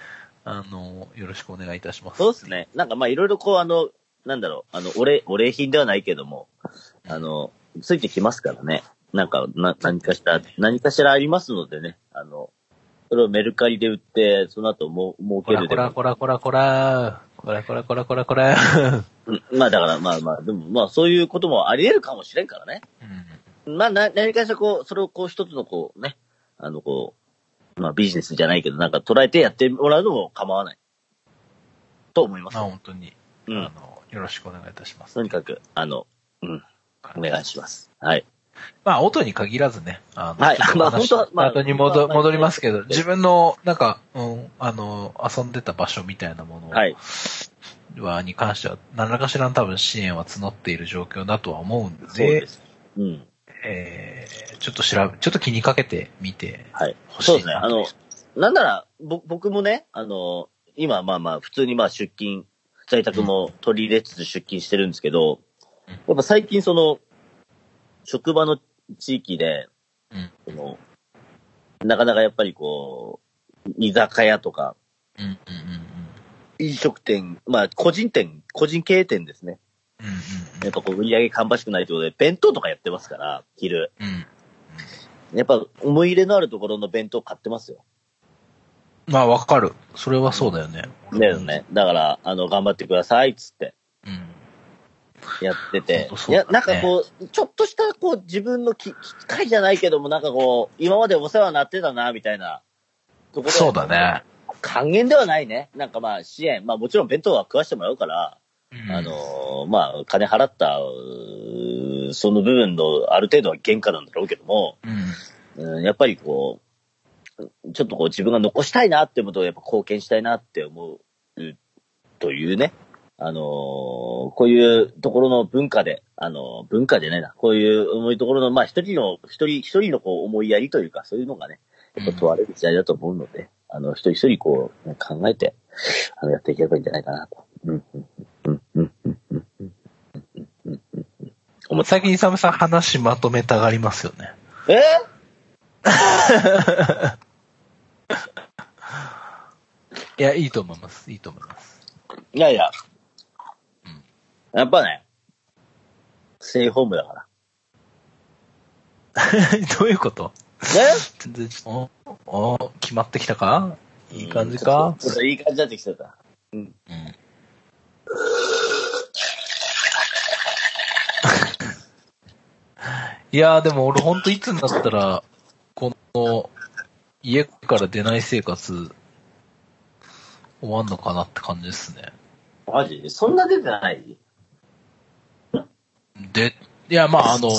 あの、よろしくお願いいたします。
そうですね。なんかまあいろいろこうあの、なんだろう、あの、お礼、お礼品ではないけども、あの、ついてきますからね。なんか、な、何かしら、何かしらありますのでね。あの、それをメルカリで売って、その後も、儲
こ
け
ら
る
こ
で
ら
も。
こらこらこら、こらこらこらこらこら。
うんまあだからまあまあ、でもまあそういうこともあり得るかもしれんからね。
うん
まあな、何かしらこう、それをこう一つのこうね、あのこう、まあビジネスじゃないけど、なんか捉えてやってもらうのも構わない。と思いま。
ますあ本当に、あ
うん。
の、よろしくお願いいたします。
とにかく、あの、うん。お願いします。はい。
まあ、音に限らずね、あの、
はい
ちょっと
まあ
話
本当はまあ
後に
本
戻
当は
戻りますけど、
い
自分の、なんか、うん、あの、遊んでた場所みたいなものを、
はい。
は、に関しては、何らかしらの多分支援は募っている状況だとは思うん
そう
で
で、す。うん。
えー、ちょっと調べ、ちょっと気にかけてみて
はい。
ほしい
そう
な
ですね。あの、なんなら、ぼ、僕もね、あの、今まあまあ、普通にまあ出勤、在宅も取り入れつつ出勤してるんですけど、
うん
やっぱ最近その、職場の地域で、
うん
その、なかなかやっぱりこう、居酒屋とか、
うんうん
飲食店、まあ個人店、個人経営店ですね。
うんうん。
やっぱこう売り上げ芳しくないということで、弁当とかやってますから、昼。
うんうんうん。
やっぱ思い入れのあるところの弁当買ってますよ。
まあわかる。それはそうだよね。
だよね。だから、あの、頑張ってください、つって。
うん。
やってて
ほんと。そ
い
だね
うや、なんかこう、ちょっとした、こう、自分のき、機会じゃないけども、なんかこう、今までお世話になってたな、みたいな。ところ
そうだ。ね。
還元ではないね。なんかまあ、支援。まあ、もちろん弁当は食わしてもらうから、
うん
あ、のー、まあ、金払った、うーその部分の、ある程度は原価なんだろうけども、
うん。
うん、やっぱりこう、ちょっとこう、自分が残したいなってことを、やっぱ貢献したいなって思う、というね。あのーこういうところの文化で、あのー文化じゃないな、こういう重いところの、まあ一人の、一人一人のこう思いやりというか、そういうのがね、やっぱ問われる時代だと思うので、あの、一人一人こう、ね考えて、あの、やっていければいいんじゃないかなと。うん、うん、うん、うん、うん、うん、うん、うん、うん、思った。
最近、イサムさん話まとめたがりますよね。
えー
いや、いいと思います。いいと思い
[LAUGHS]
ます。
いやいや
うん。
やっぱね、ステイホームだから。
どういうこと
ね
全然、お、お、決まってきたかいい感じか
ちょっといい感じになってきてた。
うん。 [LAUGHS] いやーでも俺ほんといつになったら、この、家から出ない生活、終わんのかなって感じですね。
マジそんな出てない
で、いや、まあ、あの、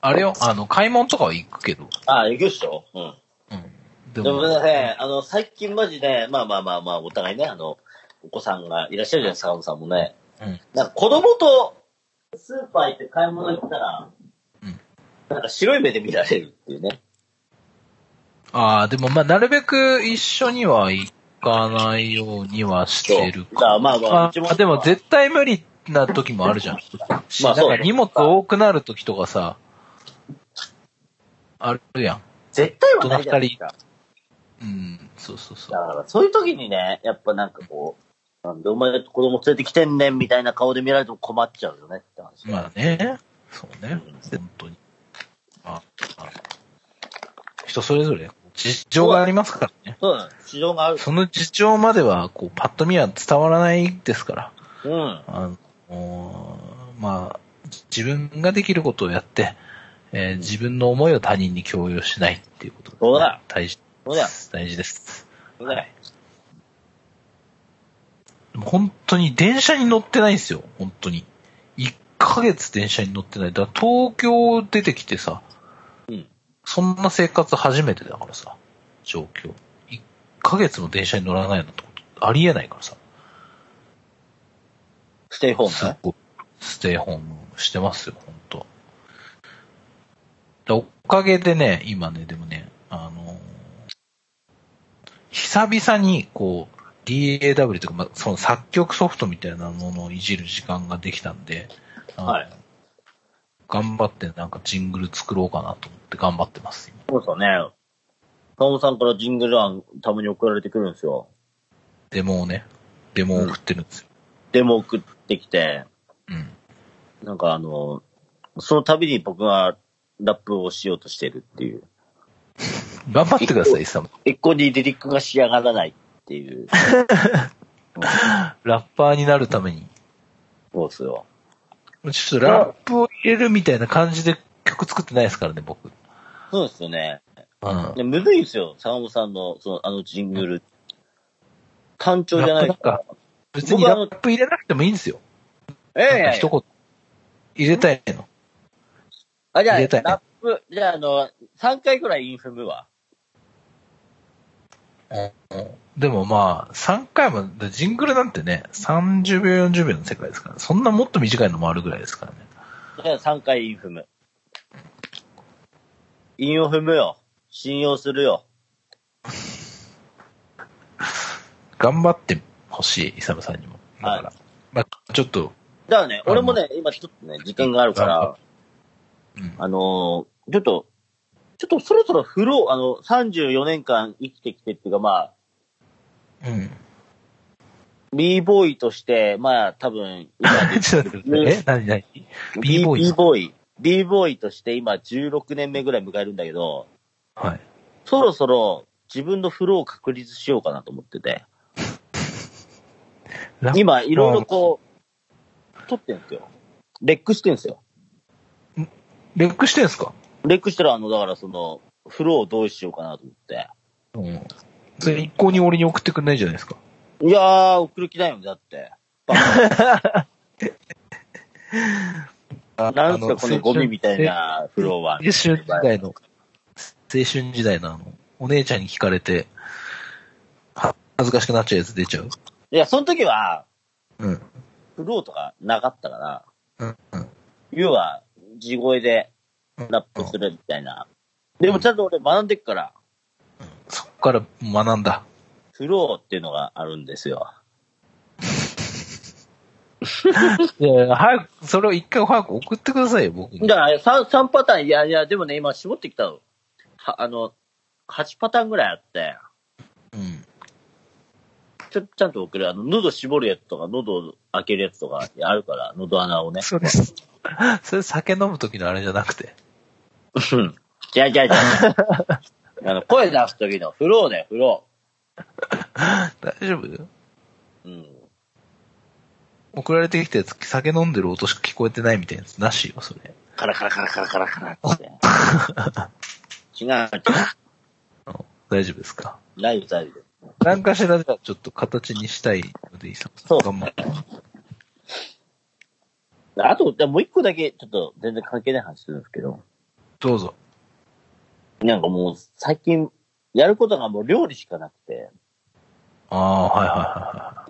あれよ、あの、買い物とかは行くけど。
あ、行くっしょうん。
うん。
でもね、あの、最近マジで、まあまあまあまあ、お互いね、あの、お子さんがいらっしゃるじゃないですか、坂本さんもね。
うん
なんか子供とスーパー行って買い物行ったら、
うん
なんか白い目で見られるっていうね。
ああ、でもまあ、なるべく一緒には行かないようにはしてる
だからまあまあ、
あ
うちも
あでも絶対無理な時もあるじゃん。
まあ
なん
そう
か荷物多くなる時とかさ、あるやん。
絶対はないじゃないですか。
うん、そうそうそ
だ
う。
から、そういう時にね、やっぱなんかこう、なんでお前子供連れてきてんねんみたいな顔で見られても困っちゃうよねって話。
まあね、そうね、
う
本当に。まあ、まあ人それぞれ事情がありますからね。
そうだね。市場がある。
その事情までは、こう、パッと見は伝わらないですから。
うん。
あのまあ、自分ができることをやって、えー自分の思いを他人に共有しないっていうことが
そうだ
大事
そう
で
だよ。
す。大事です。
そうだよ。
でも本当に電車に乗ってないんですよ、本当に。1ヶ月電車に乗ってない。だから東京出てきてさ、
うん
そんな生活初めてだからさ、状況。1ヶ月も電車に乗らないなんてことありえないからさ。
ステイホー
す
ムね。
ごいステイホームしてますよ、本当。でおかげでね、今ね、でもね、あのー久々に、こう、DAW とか、まあ、その作曲ソフトみたいなものをいじる時間ができたんで、あの
はい
頑張ってなんかジングル作ろうかなと思って頑張ってます、今
そうだね。坂本さんからジングル案、たまに送られてくるんですよ。
デモをね、デモを送ってるんですよ。
でも送ってきて、
うん。
なんかあの、その度に僕がラップをしようとしてるっていう。
頑張ってください、イサム。
一向にリリックが仕上がらないっていう。うん
ラッパーになるために。
そうっすよ。
ちょっとラップを入れるみたいな感じで曲作ってないですからね、僕。うん。
そうですよね。
ラ
で、むずいんですよ、坂本さんの、その、あのジングル。単調じゃ
ッ
な
プ
い
なんか、別にラップ入れなくてもいいんですよ。
え
なんか一言。入れたいの。
あ、じゃあ、
入
ラ
れたいね
ップ、じゃあ、あの、3回くらいインフムは。
でもまあ、3回も、でジングルなんてね、30秒、40秒の世界ですから、そんなもっと短いのもあるぐらいですからね。
じゃあ3回イン踏む。インを踏むよ。信用するよ。
頑張ってほしい、イサムさんにも。だから、
は
まあ、ちょっと、
だからね、
あの
俺もね、今ちょっとね、時間があるから、
うん、
あのーちょっと、ちょっとそろそろフロー、あの、34年間生きてきてっていうか、まあ、 [LAUGHS]
うん。
b ボーイとして、まあ、多分、
[LAUGHS] ちょっと待って
うん
え何何 B ボーイ
b ボーイ。b ボーイとして今16年目ぐらい迎えるんだけど、
はい。
そろそろ自分のフローを確立しようかなと思ってて、
ラ
今いろいろこう、撮ってんすよ。レックしてんすよ。
レックしてんすか
レックしたら、あの、だからその、フローをどうしようかなと思って。
うん。それ一向に俺に送ってくんないじゃないですか。
いやー、送る気ないよね、だって。
[LAUGHS]
バカ
あ
なんすか、このゴミみたい。なフローは
青。春時代の、青春時代のあの、お姉ちゃんに聞かれて、は恥ずかしくなっちゃうやつ出ちゃう。
いや、その時は、
うん。
フローとかなかったから、
うん。うん。
要は、地声でラップするみたいな。でもちゃんと俺学んでっから、
そこから学んだ。
フローっていうのがあるんですよ。
いやいや早く、それを一回早く送ってくださいよ、僕に。
だから3、三パターン、いやいや、でもね、今絞ってきたの。は、あの、8パターンぐらいあって、
うん。
ちょ、ちゃんと送る。あの、喉絞るやつとか、喉開けるやつとかあるから、喉穴をね。
それ、それ酒飲む時のあれじゃなくて。
[LAUGHS] うん。じゃじゃじゃ。あの、声出す時のフローだよ、フロ
大丈夫
ー。うん。
送られてきたやつ、酒飲んでる音しか聞こえてないみたいなやつなしよ、それ。
カラカラカラカラカラカラって。違う、違
うん大丈夫ですか
う。大丈夫、大丈夫。
何かしらじゃあちょっと形にしたいので、イサムさ
そ
ん。
う
頑張って。
あと、でもう一個だけ、ちょっと全然関係ない話するんですけど、
どうぞ。
なんかもう最近、やることがもう料理しかなくて、
ああ、は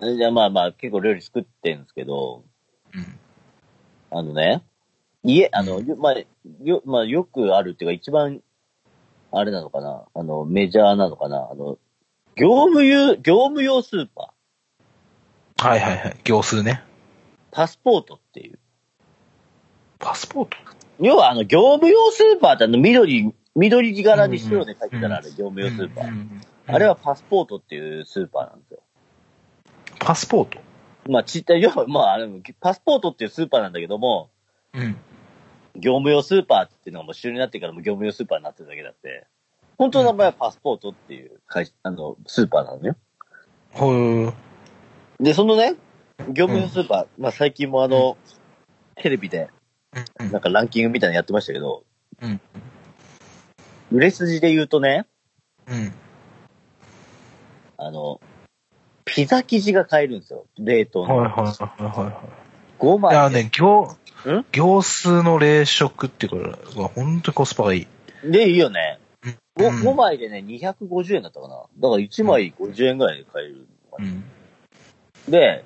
いは
じゃあまあまあ結構料理作ってんですけど、
いはいはい。うん。
あのね、家、あの、よまあ、よ、まあよくあるっていうか一番、あれなのかな、あの、メジャーなのかな、あの、業務用、業務用スーパー、
はいはいはい。行数ね。
パスポートっていう。
パスポート
要はあの、業務用スーパーってあの、緑、緑柄に白で書いてたらあれ、業務用スーパ
う
ー。
ん
あれはパスポートっていうスーパーなんですよ。
パスポート
まあ、ちっちゃい、要は、まあ、あのパスポートっていうスーパーなんだけども、
うん。
業務用スーパーっていうのがもう主流になってからもう業務用スーパーになってるだけだって、本当の名前はパスポートっていう会社、あの、スーパーなのよ。
ほう。
で、そのね、業務用スーパー、まあ最近もあの、テレビで
うん
なんかランキングみたいなのやってましたけど、
うん。
売れ筋で言うとね、
うん。
あの、ピザ生地が買えるんですよ。冷凍
はいはい
の。
はいはい。
5
いや
枚で。
ね、行
ん、
行数の冷食っていうから、は本当にコスパがいい。
で、いいよね。
う
5,
ん
5枚でね、250円だったかな。だから1枚50円ぐらいで買えるのかな
うん。
で、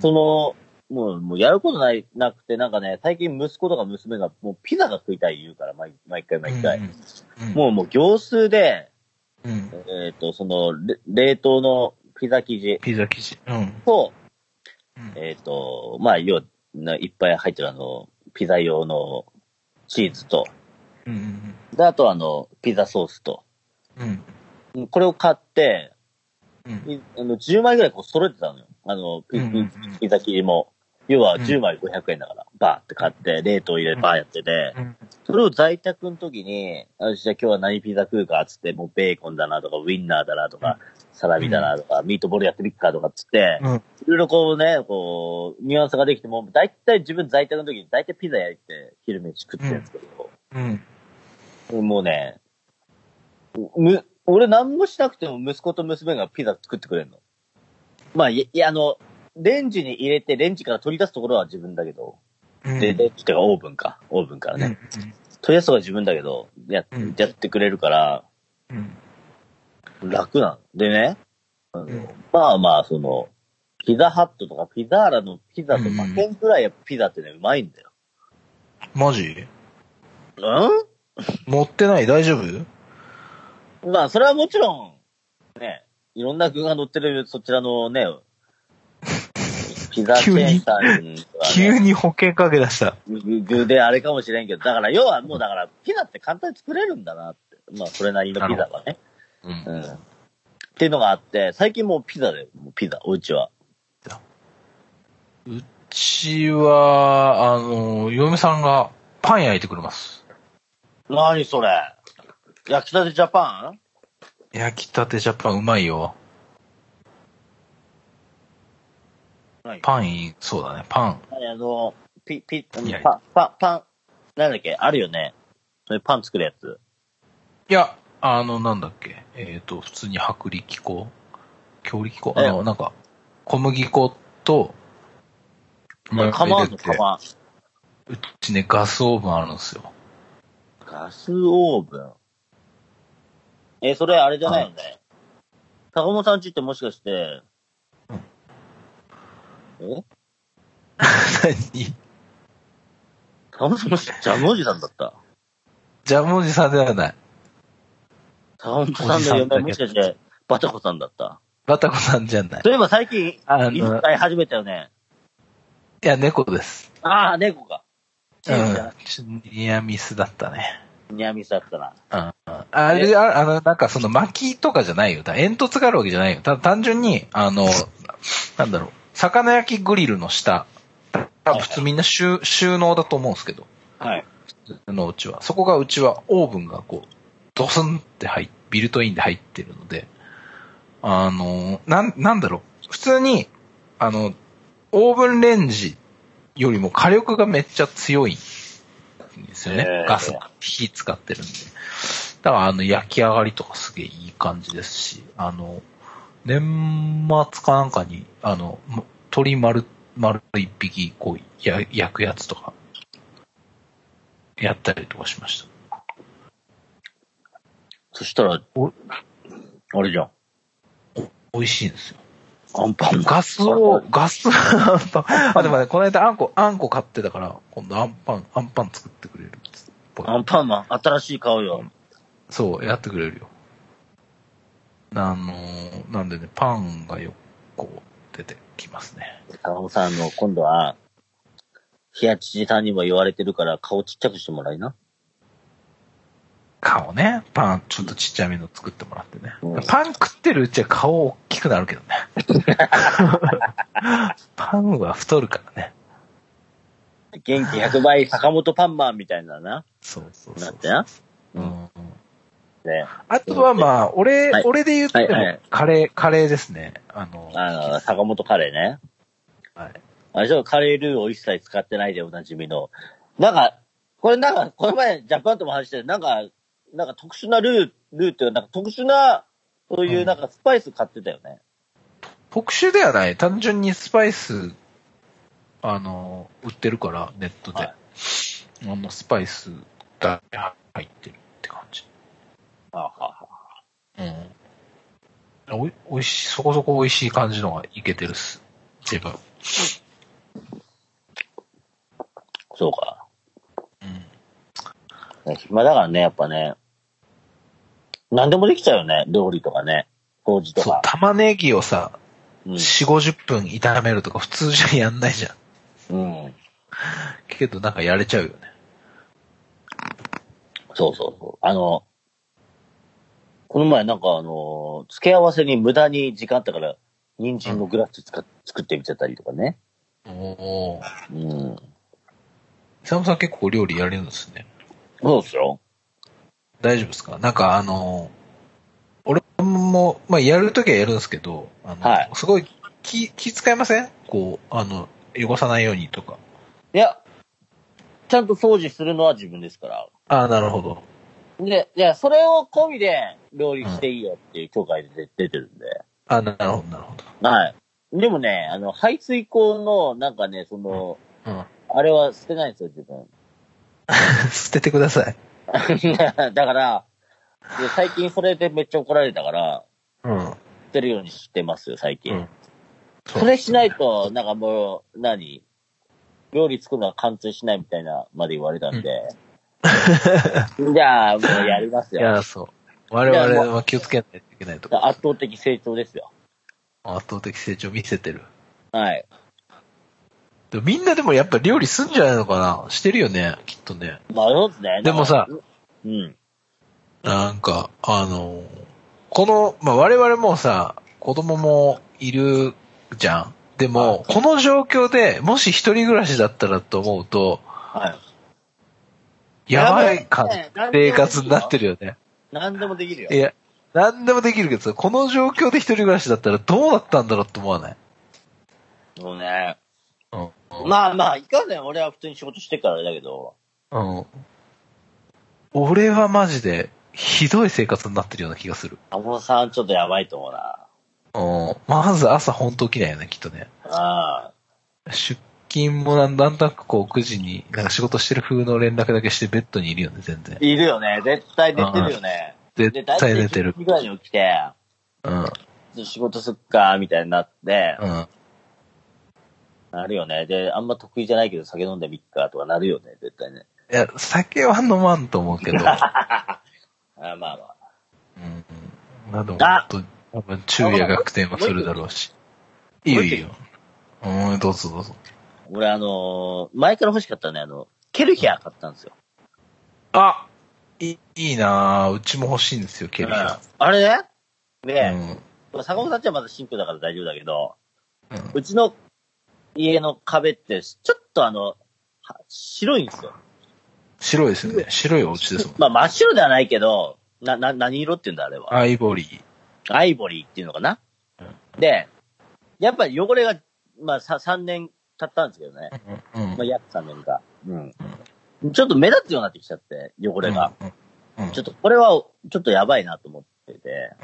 その、もう、もうやることない、なくて、なんかね、最近息子とか娘が、もうピザが食いたい言うから、毎毎回毎回。
うん。
もう、もう、行数で、
うん、うん。
えっ、と、その、れ冷凍のピザ生地
ピザ生地。うん。
と、
うん
えっ、と、まあ、要はないっぱい入ってるあの、ピザ用のチーズと、
うん。
で、あとあの、ピザソースと、
うん。
うんこれを買って、
うん。
いあの10枚ぐらいこう揃えてたのよ。あの、ピ,、
うんうんうん
ピザ切りも。要は
うん
10枚500円だから、バーって買って、冷凍入れてバーやってて、
うん
それを在宅の時に、あじゃあ今日は何ピザ食うかっつって、もうベーコンだなとか、ウインナーだなとか、サラミだなとか、ミートボールやってみっかとかっつって、
うん。
いろいろこうね、こう、ニュアンスができて、もう大体自分在宅の時に大体ピザ焼いて、昼飯食ってるんですけど、
うん。
もうね、む、俺何もしなくても息子と娘がピザ作ってくれるの。まあ、いいや、あの、レンジに入れて、レンジから取り出すところは自分だけど、
うん。
で、レンジとかオーブンか、オーブンから
う
ね、
ん。
取り出すところは自分だけど、や
うん、
やってくれるから、
うん。
楽なの。でね、あの
うん
まあまあ、その、ピザハットとかピザーラのピザと負けんくらいやっぱピザってね、うまいんだよ。
マジ
う
持ってない大丈夫
んまあ、それはもちろん、ね、いろんな具が乗ってる、そちらの [LAUGHS] ね、ピザチェーンさんとかね、
急に保険かけ出した。
具具であれかもしれんけど、だから要はもうだから、ピザって簡単に作れるんだなって。まあ、それなりのピザがね。
うん。
うん。っていうのがあって、最近もうピザで、もうピザ、おうちは。
うちは、あの、嫁さんがパン焼いてくれます。
なにそれ焼きたてジャパン
焼きたてジャパンうまいよ。
何
パンいい、そうだね、パン。
あの、ピ、ピ、パ
いや
ン、パン、パン、なんだっけあるよね。それパン作るやつ。
いや、あの、なんだっけ。えっ、と、普通に薄力粉強力粉あ
え
の、なんか、小麦粉と、
まあ、釜あん
入れ
の
て
釜。
うちね、ガスオーブンあるんです
[LAUGHS]
よ。
ガスオーブン。え、それあれじゃないよね。坂本さんちってもしかして、え
何
坂本さんもしジャムおじさんだった。
ジャムおじさんではない。
坂本さんの
おじさんだけ
嫁もしかして、バタコさんだった。
バタコさんじゃない。
そういえば最近、
あ
一
の、い
回始めたよね。
や、猫です。
ああ、猫か。チーズじゃなく
うん。ニアミスだったね。
てニャミスだったな。
うん。あれ、ああの、なんかその巻きとかじゃないよ。だから煙突があるわけじゃないよ。ただ単純に、あの、なんだろう。魚焼きグリルの下。多分普通みんな収収納だと思うんですけど、
はい。
あのうちは。そこがうちはオーブンがこう、ドスンって入っビルトインで入ってるので、あの、なん、なんだろう。普通に、あの、オーブンレンジよりも火力がめっちゃ強いんですよね。
えー
ガス、火使ってるんで。だから、あの、焼き上がりとかすげえいい感じですし、あの、年末かなんかに、あの、も鳥丸、丸一匹、こう、や焼くやつとか、やったりとかしました。
そしたら
お、
あれじゃん。
美味しいんですよ。
アンパン
ガスを、ガス、 [LAUGHS] あんぱん。あ、でもね、この間あんこ、あんこ買ってたから、今度あんパン、あんパン作ってくれるっつぽい
アンパンマン、新しい顔よ。
そう、やってくれるよ。あのー、なんでね、パンがよ、こう、出てきますね。
坂本さんの、今度は、冷や父さんにも言われてるから、顔ちっちゃくしてもらいな。
顔ね、パン、ちょっとちっちゃめの作ってもらってね
うん。
パン食ってるうちは顔大きくなるけど
[LAUGHS]
ね。パンは太るからね。
元気100倍、 [LAUGHS] 坂本パンマンみたいなな。
そうそう
な
そ
っ
う。
てな。
うんうん
[LAUGHS] ね。
あとはまあ、俺、
はい
俺で言っても、
はいはい
カレー、カレーですね。あの、
あの、坂本カレーね。
はい。
あれでしょ、カレールーを一切使ってないでおなじみの。なんか、これなんか、この前ジャパンとも話して、なんか、なんか特殊なルー、ルーっていうか、なんか特殊な、そういううんなんかスパイス買ってたよね。
特殊ではない。単純にスパイス、あの、売ってるから、ネットで。
はい
あの、スパイスが入ってるって感じ。
はあはあは
う
あ
ん。おい、おいしい、そこそこ美味しい感じのがいけてるっす。自分。
そうか。
うん。
ね暇だからね、やっぱね。何でもできちゃうよね、料理とかね。掃除と
そう
か、。
玉ねぎをさ、
うん。
4、50分炒めるとか普通じゃやんないじゃん。
うん。
けどなんかやれちゃうよね。
そうそうそう。あの、この前なんかあの、付け合わせに無駄に時間あったから、人参のグラス使っ作ってみちゃったりとかね。
おお。
うん。
イサムさん結構料理やれるんですね。
そうですよ。
大丈夫ですかなんかあの、俺も、まあ、やるときはやるんですけど、あの、
はい
すごい気、気使いませんこう、あの、汚さないようにとか。
いや、ちゃんと掃除するのは自分ですから。
ああ、なるほど。
で、いや、それを込みで料理していいよっていう協会で出てるんで。
ああ、なるほど、なるほ
はい。でもね、あの、排水口の、なんかね、その、
ど。うん。
あれは捨てないんですよ、自分。
[LAUGHS]
[LAUGHS]
捨ててください。
だから、で最近それでめっちゃ怒られたから、てるようにしてますよ、最近。
うん
それしないと、なんかもう、何料理作るのは貫通しないみたいなまで言われたんで。じゃあ、もうやります
い
よ。
や、そう。我々は気をつけないといけないとこ。
圧倒的成長ですよ。
圧倒的成長見せてる。
はい。
でもみんなでもやっぱ料理すんじゃないのかなしてるよね、きっとね。
まあ、そうですね。
でもさ
うん。
なんか、あの、この、まあ、我々もさ、子供もいるじゃん。でも、この状況でもし一人暮らしだったらと思うと、
はい。
やばいか、
やばいね
生活になってるよね。
何でもできるよ
い。や、なんでもできるけどさ、この状況で一人暮らしだったらどうだったんだろうって思わない
そうね。
うん。
まあまあ、いかんねん。俺は普通に仕事してからだけど。
うん。俺はマジで、ひどい生活になってるような気がする。
アモさんちょっとやばいと思うな。
うん。まず朝本当起きないよね、きっとね。
あ
出勤もなんなんとなくこう9時に、なんか仕事してる風の連絡だけしてベッドにいるよね、全然
あ。。いるよね。絶対寝てるよね。で、
絶対
大体
寝て
1
る
時。ぐらいに起きて、
うん。うん。
仕事すっか、みたいになって、なるよね。で、あんま得意じゃないけど酒飲んでみっかとかなるよね、絶対ね。
いや、酒は飲まんと思う
[LAUGHS]
けど。
あまあまあ。
うん。まあでも
あ
本当、多分昼夜逆転はするだろうし。いい
も
よ
う一
い
個
いよ。うん、どうぞどうぞ。
俺あのー前から欲しかったね、あの、ケルヒャー買ったんですよ。
あいいいなぁ。うちも欲しいんですよ、ケルヒャ
あれね
ー。
で、まあ坂本さんちはまだ新婦だから大丈夫だけど、
うん。うん
うちの家の壁って、ちょっとあの、は白いんですよ。
白いですよね。白いお家ですもん。
まあ真っ白ではないけど、な、な、何色って言うんだ、あれは。
アイボリー。
アイボリーっていうのかな
うん。
で、やっぱり汚れが、まあさ3年経ったんですけどね。
うん。うん
まあ約3年か。うん。ちょっと目立つようになってきちゃって、汚れが。。
うんうん。
ちょっと、これは、ちょっとやばいなと思ってて。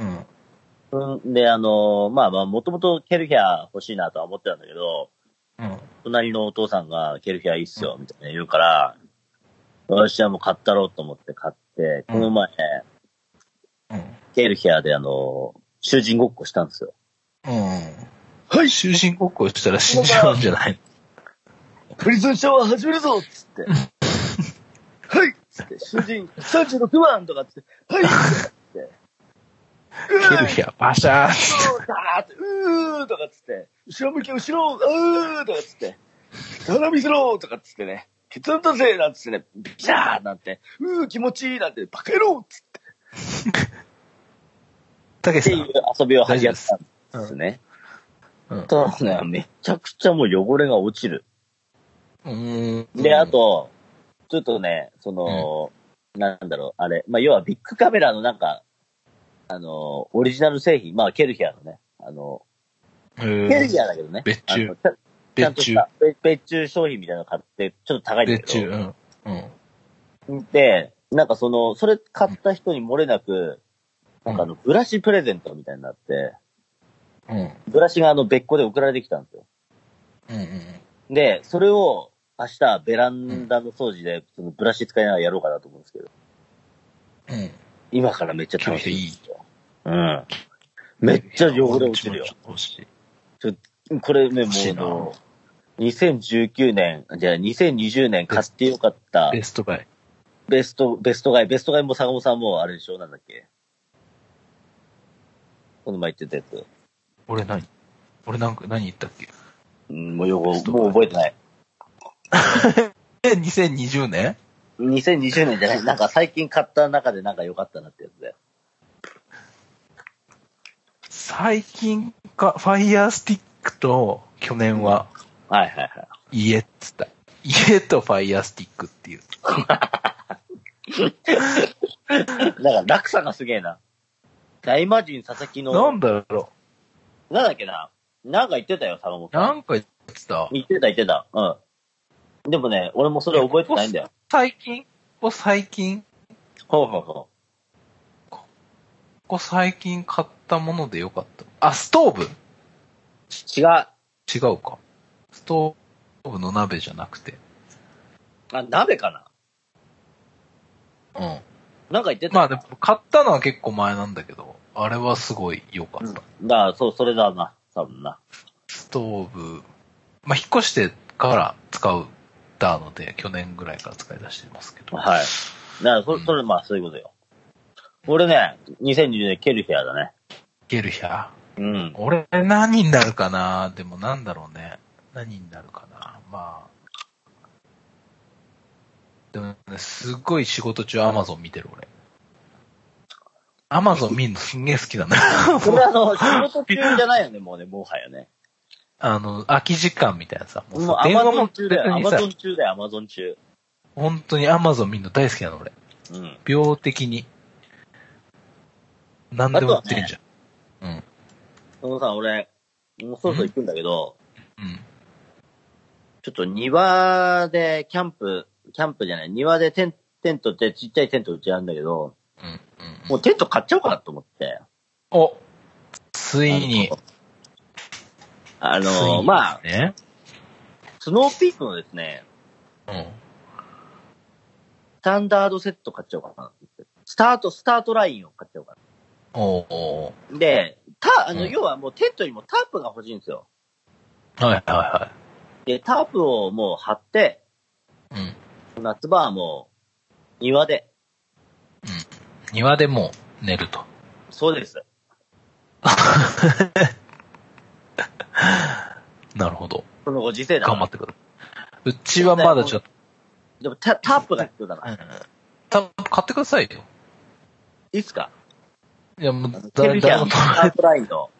うん。
うん、で、あのーまあまあ、もともとケルヒャー欲しいなとは思ってたんだけど、
うん。
隣のお父さんがケルヒャーいいっすよ、みたいな言うから、私はもう買ったろうと思って買って、この前、
うん。
ケルヒャーであのー囚人ごっこしたんですよ。
うん。はい、囚人ごっこしたら死んじゃうんじゃない
プリズンシャワー始めるぞっ
[LAUGHS]
つって。はいっつって、囚人36万とかっつって、はいっ
[LAUGHS]
つって。う
ケルヒャー、バシャーン
そうだーって、うーとかっつって、後ろ向き後ろ、うーとかっつって、空見せろとかっつってね、ケツだぜなんつってね、ビシャーなんて、うー気持ちいいなんて、バカ野郎っつって。
たけ
って
しさ。
いうん遊びを始めたんですね。
うん
ただね、めちゃくちゃもう汚れが落ちる。
うん。
で、あ、と、ちょっとね、その、なんだろう、あれ、まあ、要はビッグカメラのなんか、あの、オリジナル製品、まあ、ケルヒャーのね、あの、ケルヒャーだけどね。
別注
あの。ちゃちゃんと
別
し
注。
た別別注商品みたいなの買って、ちょっと高いんだ
別
け
注、う
ど。
ん。うん。
で、なんかその、それ買った人に漏れなく、なんかあの、ブラシプレゼントみたいになって、
うん。うん。
ブラシがあの、別個で送られてきたんですよ。
うん。
で、それを、明日、ベランダの掃除で、そのブラシ使いながらやろうかなと思うんですけど、
うん。
今からめっちゃ楽しみ。
いい。
うん。めっちゃ汚れ落ちるよ。。これね、も
欲しい
うあ
な
の、2019年、じゃあ2020年買ってよかった
ベストバイ。
ベスト、ベスト買い、ベスト買いも坂本さんもあれでしょなんだっけこの前言ってたやつ。
俺何俺なんか何言ったっけ
うん、もうよ
ベスト
く、
買い
もう覚えてない。
え、2020年
2020年じゃない、なんか最近買った中でなんか良かったなってやつだよ。
最近か、ファイヤースティックと、去年は、
はいはいはい。
家っつった。家とファイヤースティックっていう。
なんか落差がすげえな。大魔神佐々木の、
な
なん
んだろ
だっけな。なんか言ってたよ、坂本
う。
さ。
なんんか言ってた。
言ってた言ってた。うん。でもね、俺もそれ覚えてないんだよ。
最近、ここ最近、
ほうほうほ
ここ最近買ったものでよかった。あ、ストーブ
う。違う。あ、
違うか。ストーブの鍋じゃなくて。
鍋かな。
うん。
なんか言ってた。
まあでも、買ったのは結構前なんだけど。あれはすごい良かった。
うん。だから、そう、それだな。多分な。
ストーブ、まあ、引っ越してから使う、たので、去年ぐらいから使い出してますけど。
はい。だから、そ
うん
れ、それ、まあ、そういうことよ。俺ね、2020年ケルヒアだね。
ゲルヒャー。
うん。
俺、何になるかなでもなんだろうね。何になるかなまあ。でもね、すっごい仕事中アマゾン見てる俺。アマゾン見るのすんげえ好きだな。 [LAUGHS]
それあの、仕事中じゃないよね、もうね、もはやね。
あの、空き時間みたいなさ。
もう
さ
アマゾン中だよ、ア
に
マ
さ
ゾ、ン中だよ、アマゾン中。
本当にアマゾン見るの大好きなの俺。
うん。
病的に。何でも売ってるじゃん。
そのさ、俺、もうそろそろ行くんだけど、
うん。
ちょっと庭でキャンプ、キャンプじゃない、庭でテンテントってちっちゃいテントうちあるんだけど、
うん。うん。
もうテント買っちゃおうかなと思って。
おついに。
あの、あ
つい
の
に
まあ、
ね。
スノーピークのですね、
うん。
スタンダードセット買っちゃおうかな。スタート、スタートラインを買っちゃおうか
おうおう
な。で、た、あの、
うん
要はもうテントにもタープが欲しいんですよ。
はいはいは
で、タープをもう張って、
い。うん。
夏場はもう、庭で。
庭でもう寝ると。
そうです。
なるほど。
このご時世だか
頑張
ら
っ。てくる。うちはまだちょっと、
でもタタープが必要だか
う
ら。
ん。多分買ってくださいよ。
いいっすか
いやもう、
ケ
誰
ルヒ
誰
ア
も
のタ
止め、
ープラインの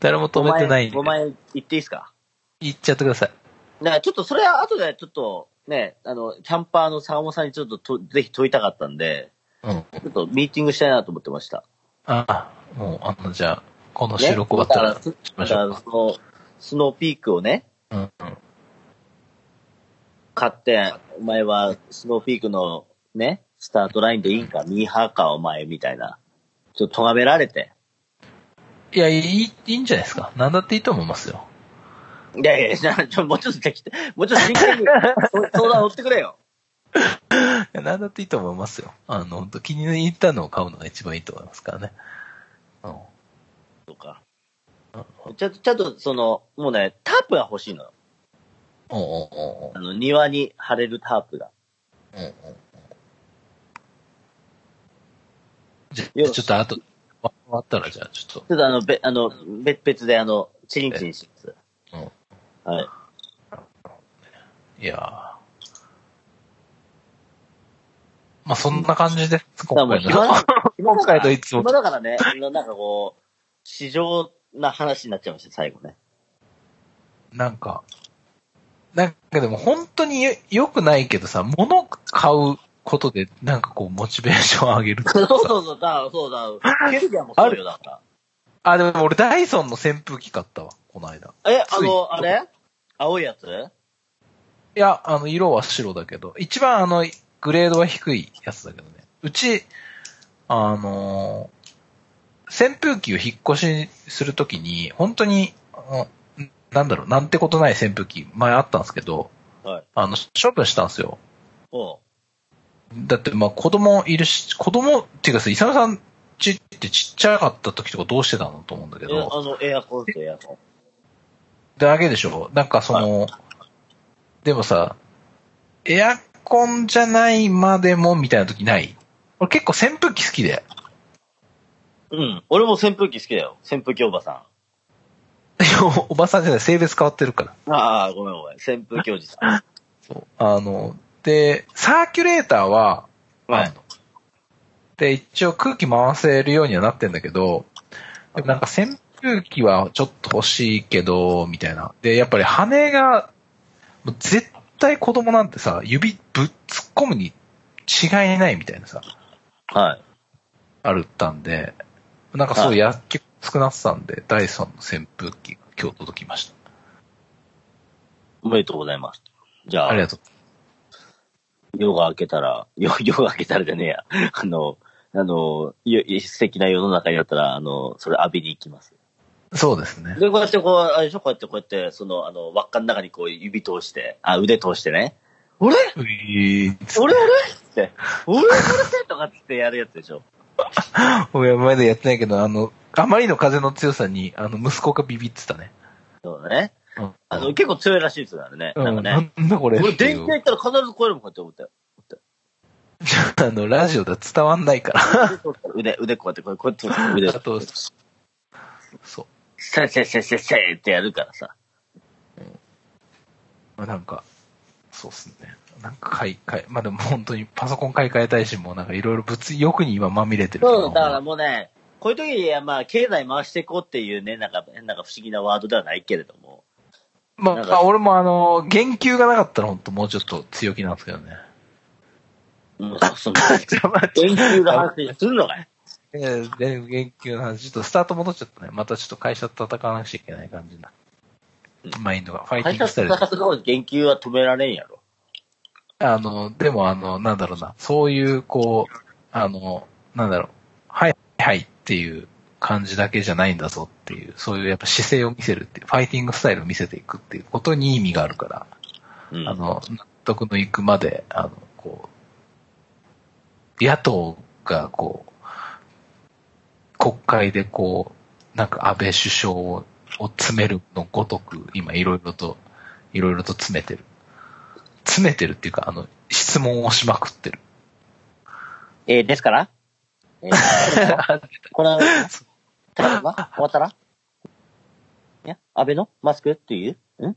誰も止めてないんで
5。万円言っていいっすか
行っちゃってください。
だからちょっとそれは後でちょっとね、あの、キャンパーの坂本さんにちょっととぜひ問いたかったんで、
うん。
ちょっとミーティングしたいなと思ってました。
あ、もう、あの、じゃあ、この
ね
収録終わったら、
だか
し
ら、
ま
だ
し
か
ょう
ら
か。
その、スノーピークをね、
うんうん。
買って、お前はスノーピークのね、スタートラインでいいんか、ミーハーか、お前、みたいな。ちょっと咎められて。
いや、いい、いいんじゃないですか。なんだっていいと思いますよ。
いやいや、じゃあちょもうちょっと適当、もうちょっと真剣に [LAUGHS] そう相談乗ってくれよ。
いや、なんだっていいと思いますよ。あの、本当気に入ったのを買うのが一番いいと思いますからね。うん。
とか。ちゃんと、ちゃんと、その、もうね、タープが欲しいのよ。
おうおうおう
あの、庭に貼れるタープが。
おうおうおうじゃ
よ
あ、
し
ちょっと後、終わったら、じゃあ、ちょっ
ちょっとあの、べ、あの、別別であの、チリンチリンします。
と、
はい。
うん。いやーまあ、そんな感じです、
だから
今
もう
回
暇
の。
だ、暇だか
今回の
ら、
いつも
暇だからね、あのなんかこう、市場な話になっちゃいました、最後ね。
なんか、なんかでも本当によ良くないけどさ、物買うことで、なんかこう、モチベーション上げると [LAUGHS]
そ
かさ
うそうそう、だから、そうだ、ケルギアもそうよ、だか
あ、でも俺ダイソンの扇風機買ったわ、この間。
ら。え、あ
つい
の、あれ青いやつ
いや、あの、色は白だけど、一番あの、グレードは低いやつだけどね。うち、あのー扇風機を引っ越しするときに、本当に、あのなんだろう、なんてことない扇風機、前あったんですけど、
はい。
あの、処分したんですよ。
おう
だって、まあ、子供いるし、子供っていうかさ、イサムさんちってちっちゃかった時とかどうしてたのと思うんだけ
え
ど。
あの、エアコンですよ、エアコン。
だけでしょなんかその、でもさ、エアコンじゃないまでもみたいな時ない俺結構扇風機好きで。
うん。俺も扇風機好きだよ。扇風機おばさ
[LAUGHS] おばさんじゃない、性別変わってるから。
ん。ああ、ごめんごめん。扇風機おじさん。
そう。あの、で、サーキュレーターは、
は
あ
い
の。で、一応空気回せるようにはなってんだけど、でもなんか扇風機はちょっと欲しいけど、みたいな。で、やっぱり羽が、もう絶対子供なんてさ、指ぶっ突っ込むに違いないみたいなさ。
はい。
あるったんで、なんかそう
はい
や、結構少なってたんで、ダイソンの扇風機が今日届きました。
おめでとうございます。じゃ
あ
あ
り、がとう。
夜が明けたら、夜、夜が明けたらじゃねえや。あの、あの、よ素敵な世の中になったら、あの、それ浴びに行きます。
そうですね。
で、こうやってこう、あれでしょ、こうやってこうやって、その、あの、輪っかの中にこう指通して、あ、腕通してね。俺
ういー [LAUGHS]
俺俺って、俺俺とかっつってやるやつでしょ。
俺は前でやってないけど、あの、あまりの風の強さに、あの、息子がビビってたね。
そうだね。
うん
あの、結構強いらしいですよ、あれね。なんかね。
うんなんだこれ。
俺、電気屋行ったら必ず超えるもんかって思ったよ。
あの、ラジオでは伝わんないから。
腕、腕こうやって、こうこうやって、腕を
あと、そ
せいせいせいせいせいってやるからさ。
う。まあ、なんか、そうっすね。なんか買い、買い、まあでも本当にパソコン買い替えたいし、もうなんかいろいろ物欲に今まみれてる
そう、だからもうね、こういう時に、まあ、経済回していこうっていうね、なんか、なんか不思議なワードではないけれども。
ま
なん
あ、
か
俺もあの、言及がなかったら本当もうちょっと強気なんですけどね。
[LAUGHS] うん、そんな、研究の話するのかい
えーで、言及の話、ちょっとスタート戻っちゃったね。またちょっと会社と戦わなくちゃいけない感じな。マインドが。ファイティ
会
ング
社
スタイル
戦。うの研究は止められんやろ。
あの、でもあの、なんだろうな、そういう、こう、あの、なんだろう、はい、はいっていう感じだけじゃないんだぞっていう、そういうやっぱ姿勢を見せるっていう、ファイティングスタイルを見せていくっていうことに意味があるから、
うん。
あの、納得のいくまで、あの、こう、野党がこう、国会でこう、なんか安倍首相をを詰めるのごとく、今いろいろと、いろいろと詰めてる。詰めてるっていうか、あの、質問をしまくってる。
えー、ですから、えー、 [LAUGHS] この、ただま、終わったらいや、安倍のマスクっていうん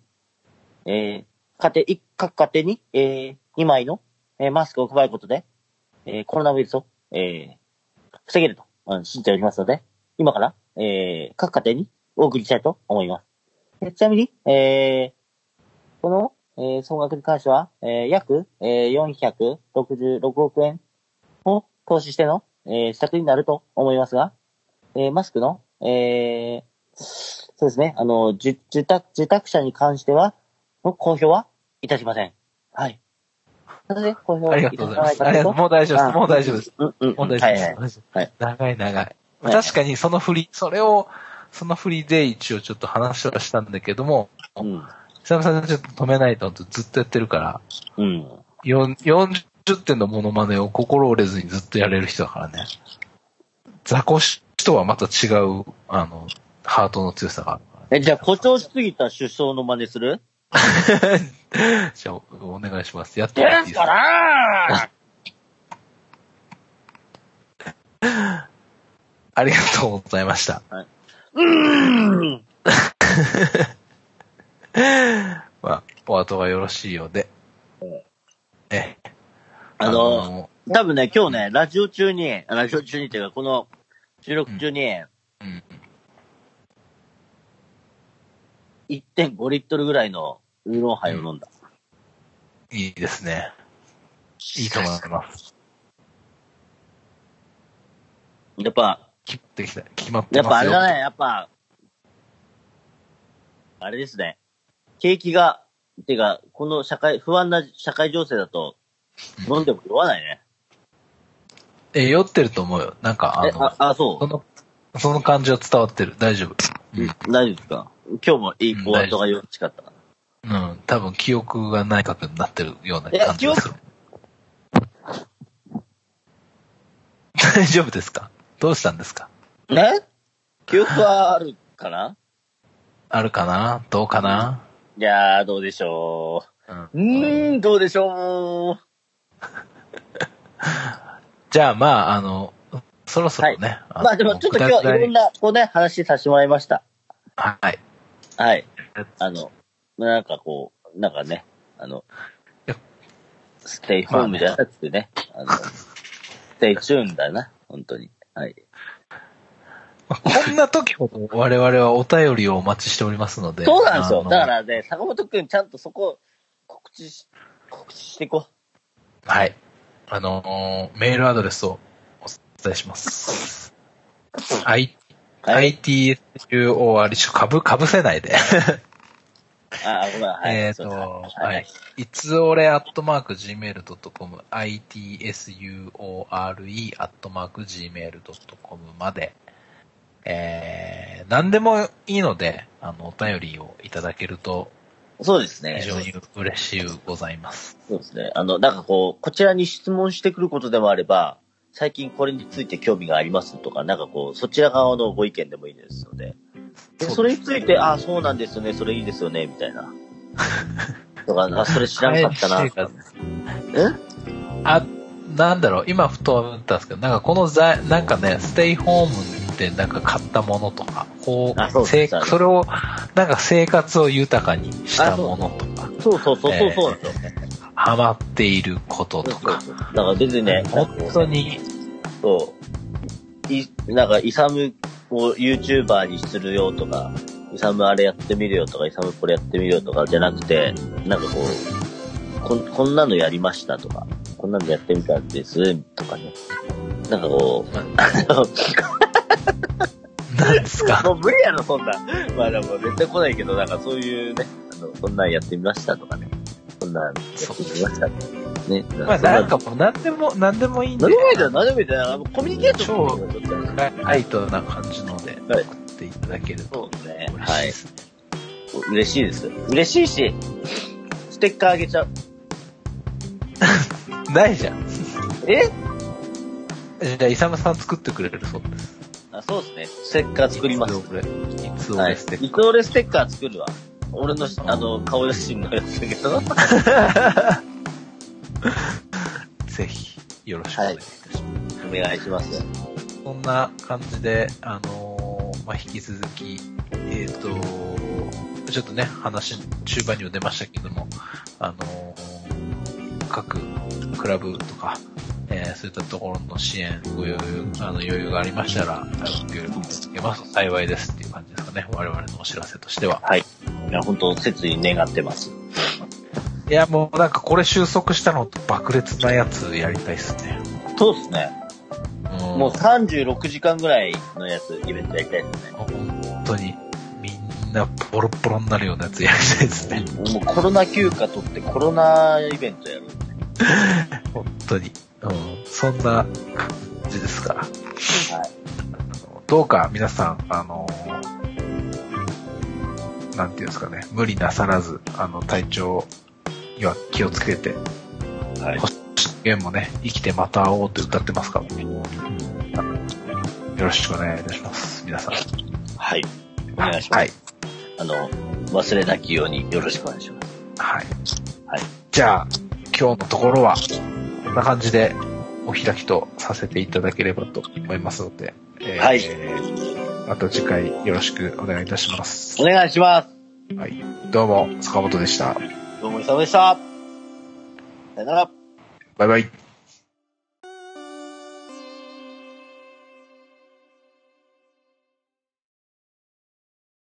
えー、家庭、一各家庭に、えー、2枚の、えー、マスクを配ることで、えー、コロナウイルスを、えー、防げると、うん、信じておりますので、今から、えー、各家庭にお送りしたいと思います。えちなみに、えー、この、えー、総額に関しては、えー、約、えー、466億円を投資しての、えー、施策になると思いますが、えーマスクの、えーそうですね、あの、受受託、受託者に関しては、の公表はいたしません。はい。なので、公表
あ
は
りが
い
と
た
う
し
ござい
ま
ま
せ
す。ありがとう。もう大丈夫です。もう大丈夫です。
うんうん。
もう大丈夫です。もう大丈夫です
はい
長い長い。
はい
確かにその振り、それを、その振りで一応ちょっと話はしたんだけども、
はい。うん。
久々にちょっと止めないとずっとやってるから、
うん。
よん40点のモノマネを心折れずにずっとやれる人だからね。ザコシとはまた違う、あの、ハートの強さがあるからね。
え、じゃあ、誇張しすぎた首相の真似する [LAUGHS]
じゃあ、おお願いします。やって
で
もらってい
す
いですか
から
ありがとうございました。
うん
まあ、お後がよろしいようで。ええ、
あの、多分ね、今日ね、ラジオ中に、ラジオ中にっていうか、この収録中に、
うん
1.5リットルぐらいのウーロンハイを飲んだ。
いいですね。いいと思います。
やっぱ、
決まってきた。決まって
やっぱ
ま
あ
す
れ
よ。
だね、やっぱ、あれですね。景気が、てか、この社会、不安な社会情勢だと、飲んでも酔わないね。
え、酔ってると思うよ。なんか、あ
え、
の、
[LAUGHS] あ、あ、そう
そ。の、その感じは伝わってる。大丈夫。
うん大丈夫ですか今日もいい
うん
ポイントがよろしかったかな。
うん。多分記憶がない確になってるような感じがする。 [LAUGHS] 大丈夫ですかどうしたんですか
ね記憶はあるかな
あるかなどうかない
やー、どうでしょ
うん
う。うーん、どうでしょう。
じゃあ、まあ、あの、そろそろね。の
まあでもちょっと今日はいろん。な、こうね、話させてもらいました。
はい。
はい。あの、なんかこう、なんかね、あの
いや、
ステイホームじゃなくてね、あの、ステイチューンだな、本当に。はい。
こんな時ほど我々はお便りをお待ちしておりますので。
そうなんです
あ
よ。
の
だか。らね、坂本くんちゃんとそこ、告知し、告知していこ
はい。あのーメールアドレスをお伝えします。I、
う。はい。
ITSUOR ちょかぶ、かぶせないで。
あ、ごめん。はい。
[LAUGHS] えっ
そう
と、
です
は。い。いつおれアットマーク gmail.com、itsure アットマーク gmail.com まで、えー、何でもいいので、あの、お便りをいただけると
そうですね。
非常に嬉しゅうございます。
そうですね。あの、なんかこう、こちらに質問してくることでもあれば、最近これについて興味がありますとか、なんかこう、そちら側のご意見でもいいですので。でそれについて、あ、そうなんですよね、それいいですよね、みたい [LAUGHS] な。とか、あ、それ知らなかったな。
あ、なんだろう、今ふと思ったんですけど、なんかこのざ、なんかね、ステイホームでなんか買ったものとか、こ
あそう
う、
で
せ
すあの
それを、なんか生活を豊かにしたものとか、
そうそうそうそう
えー
そうなんですよ。
ハマっていることと
そう
か、
そうそうだから別にね、
本当
[LAUGHS]
に、
そう。い、なんか、イサムを YouTuber にするよとか、イサムあれやってみるよとか、イサムこれやってみるよとかじゃなくて、なんかこう、こんこんなのやりましたとか、こんなのやってみたんですとかね。なんかこう、
なんですか、
もう無理やろ、そんな。 [LAUGHS] まあでも絶対来ないけど、なんかそういうね、あの、そんなんやってみましたとかね。そんなんやってみましたね。ね。
まあ
そんな
なんかもう何でも、何でもいいんで、
何でもいいじゃん、何でもいいじゃん。コミュニケーション取ってね
ライトな感じので
はい
送っていただけると
そうですね。
嬉しい
はい
で。すね。
嬉しいです。嬉しいし、ステッカーあげちゃう。
ないじゃん。
え
じゃあ、イサムさん作ってくれるそうです。
あそうですね。ステッカー作ります。
いつ俺、いつ
はい。
俺ステッ
い
カ
つ俺ステッカー作るわ。俺のし、あの、顔写真のやつだけど。 [LAUGHS] は
ー、ぜひ、よろしくお願いいたします。
お願いします。
そんな感じで、あのーまあ、引き続き、えっ、と、ちょっとね、話、中盤にも出ましたけども、あのー各クラブとか、えーそういったところの支援、ご余裕、あの、余裕がありましたら、ご協力いただけますと幸いですっていう感じですかね。我々のお知らせとしては。
はい。いや、本当切に願ってます。
いや、もうなんかこれ収束したの爆裂なやつやりたいっすね。
そうですね。も
も
う36時間ぐらいのやつ、イベントやりたいですね。
本当に、みんなボロボロになるようなやつやりたいですね。
もうコロナ休暇取ってコロナイベントやる。
本当に。うん。そんな感じですから。
はい。
どうか皆さん、あのなんていうんですかね、無理なさらず、あの、体調には気をつけて、
はい
星野源もね、生きてまた会おうって歌ってますからね。よろしくお願いいたします。皆さん。
はい。お願いします。
はい。
あの、忘れなきようによろしくお願いします。
はい。
はい
じゃあ、今日のところは、こんな感じでお開きとさせていただければと思いますので、えー
はい
また次回よろしくお願いいたします
お。願いします。
はい。どうも、塚本でした。
どうも、久々でした。さよなら。
バイバイ。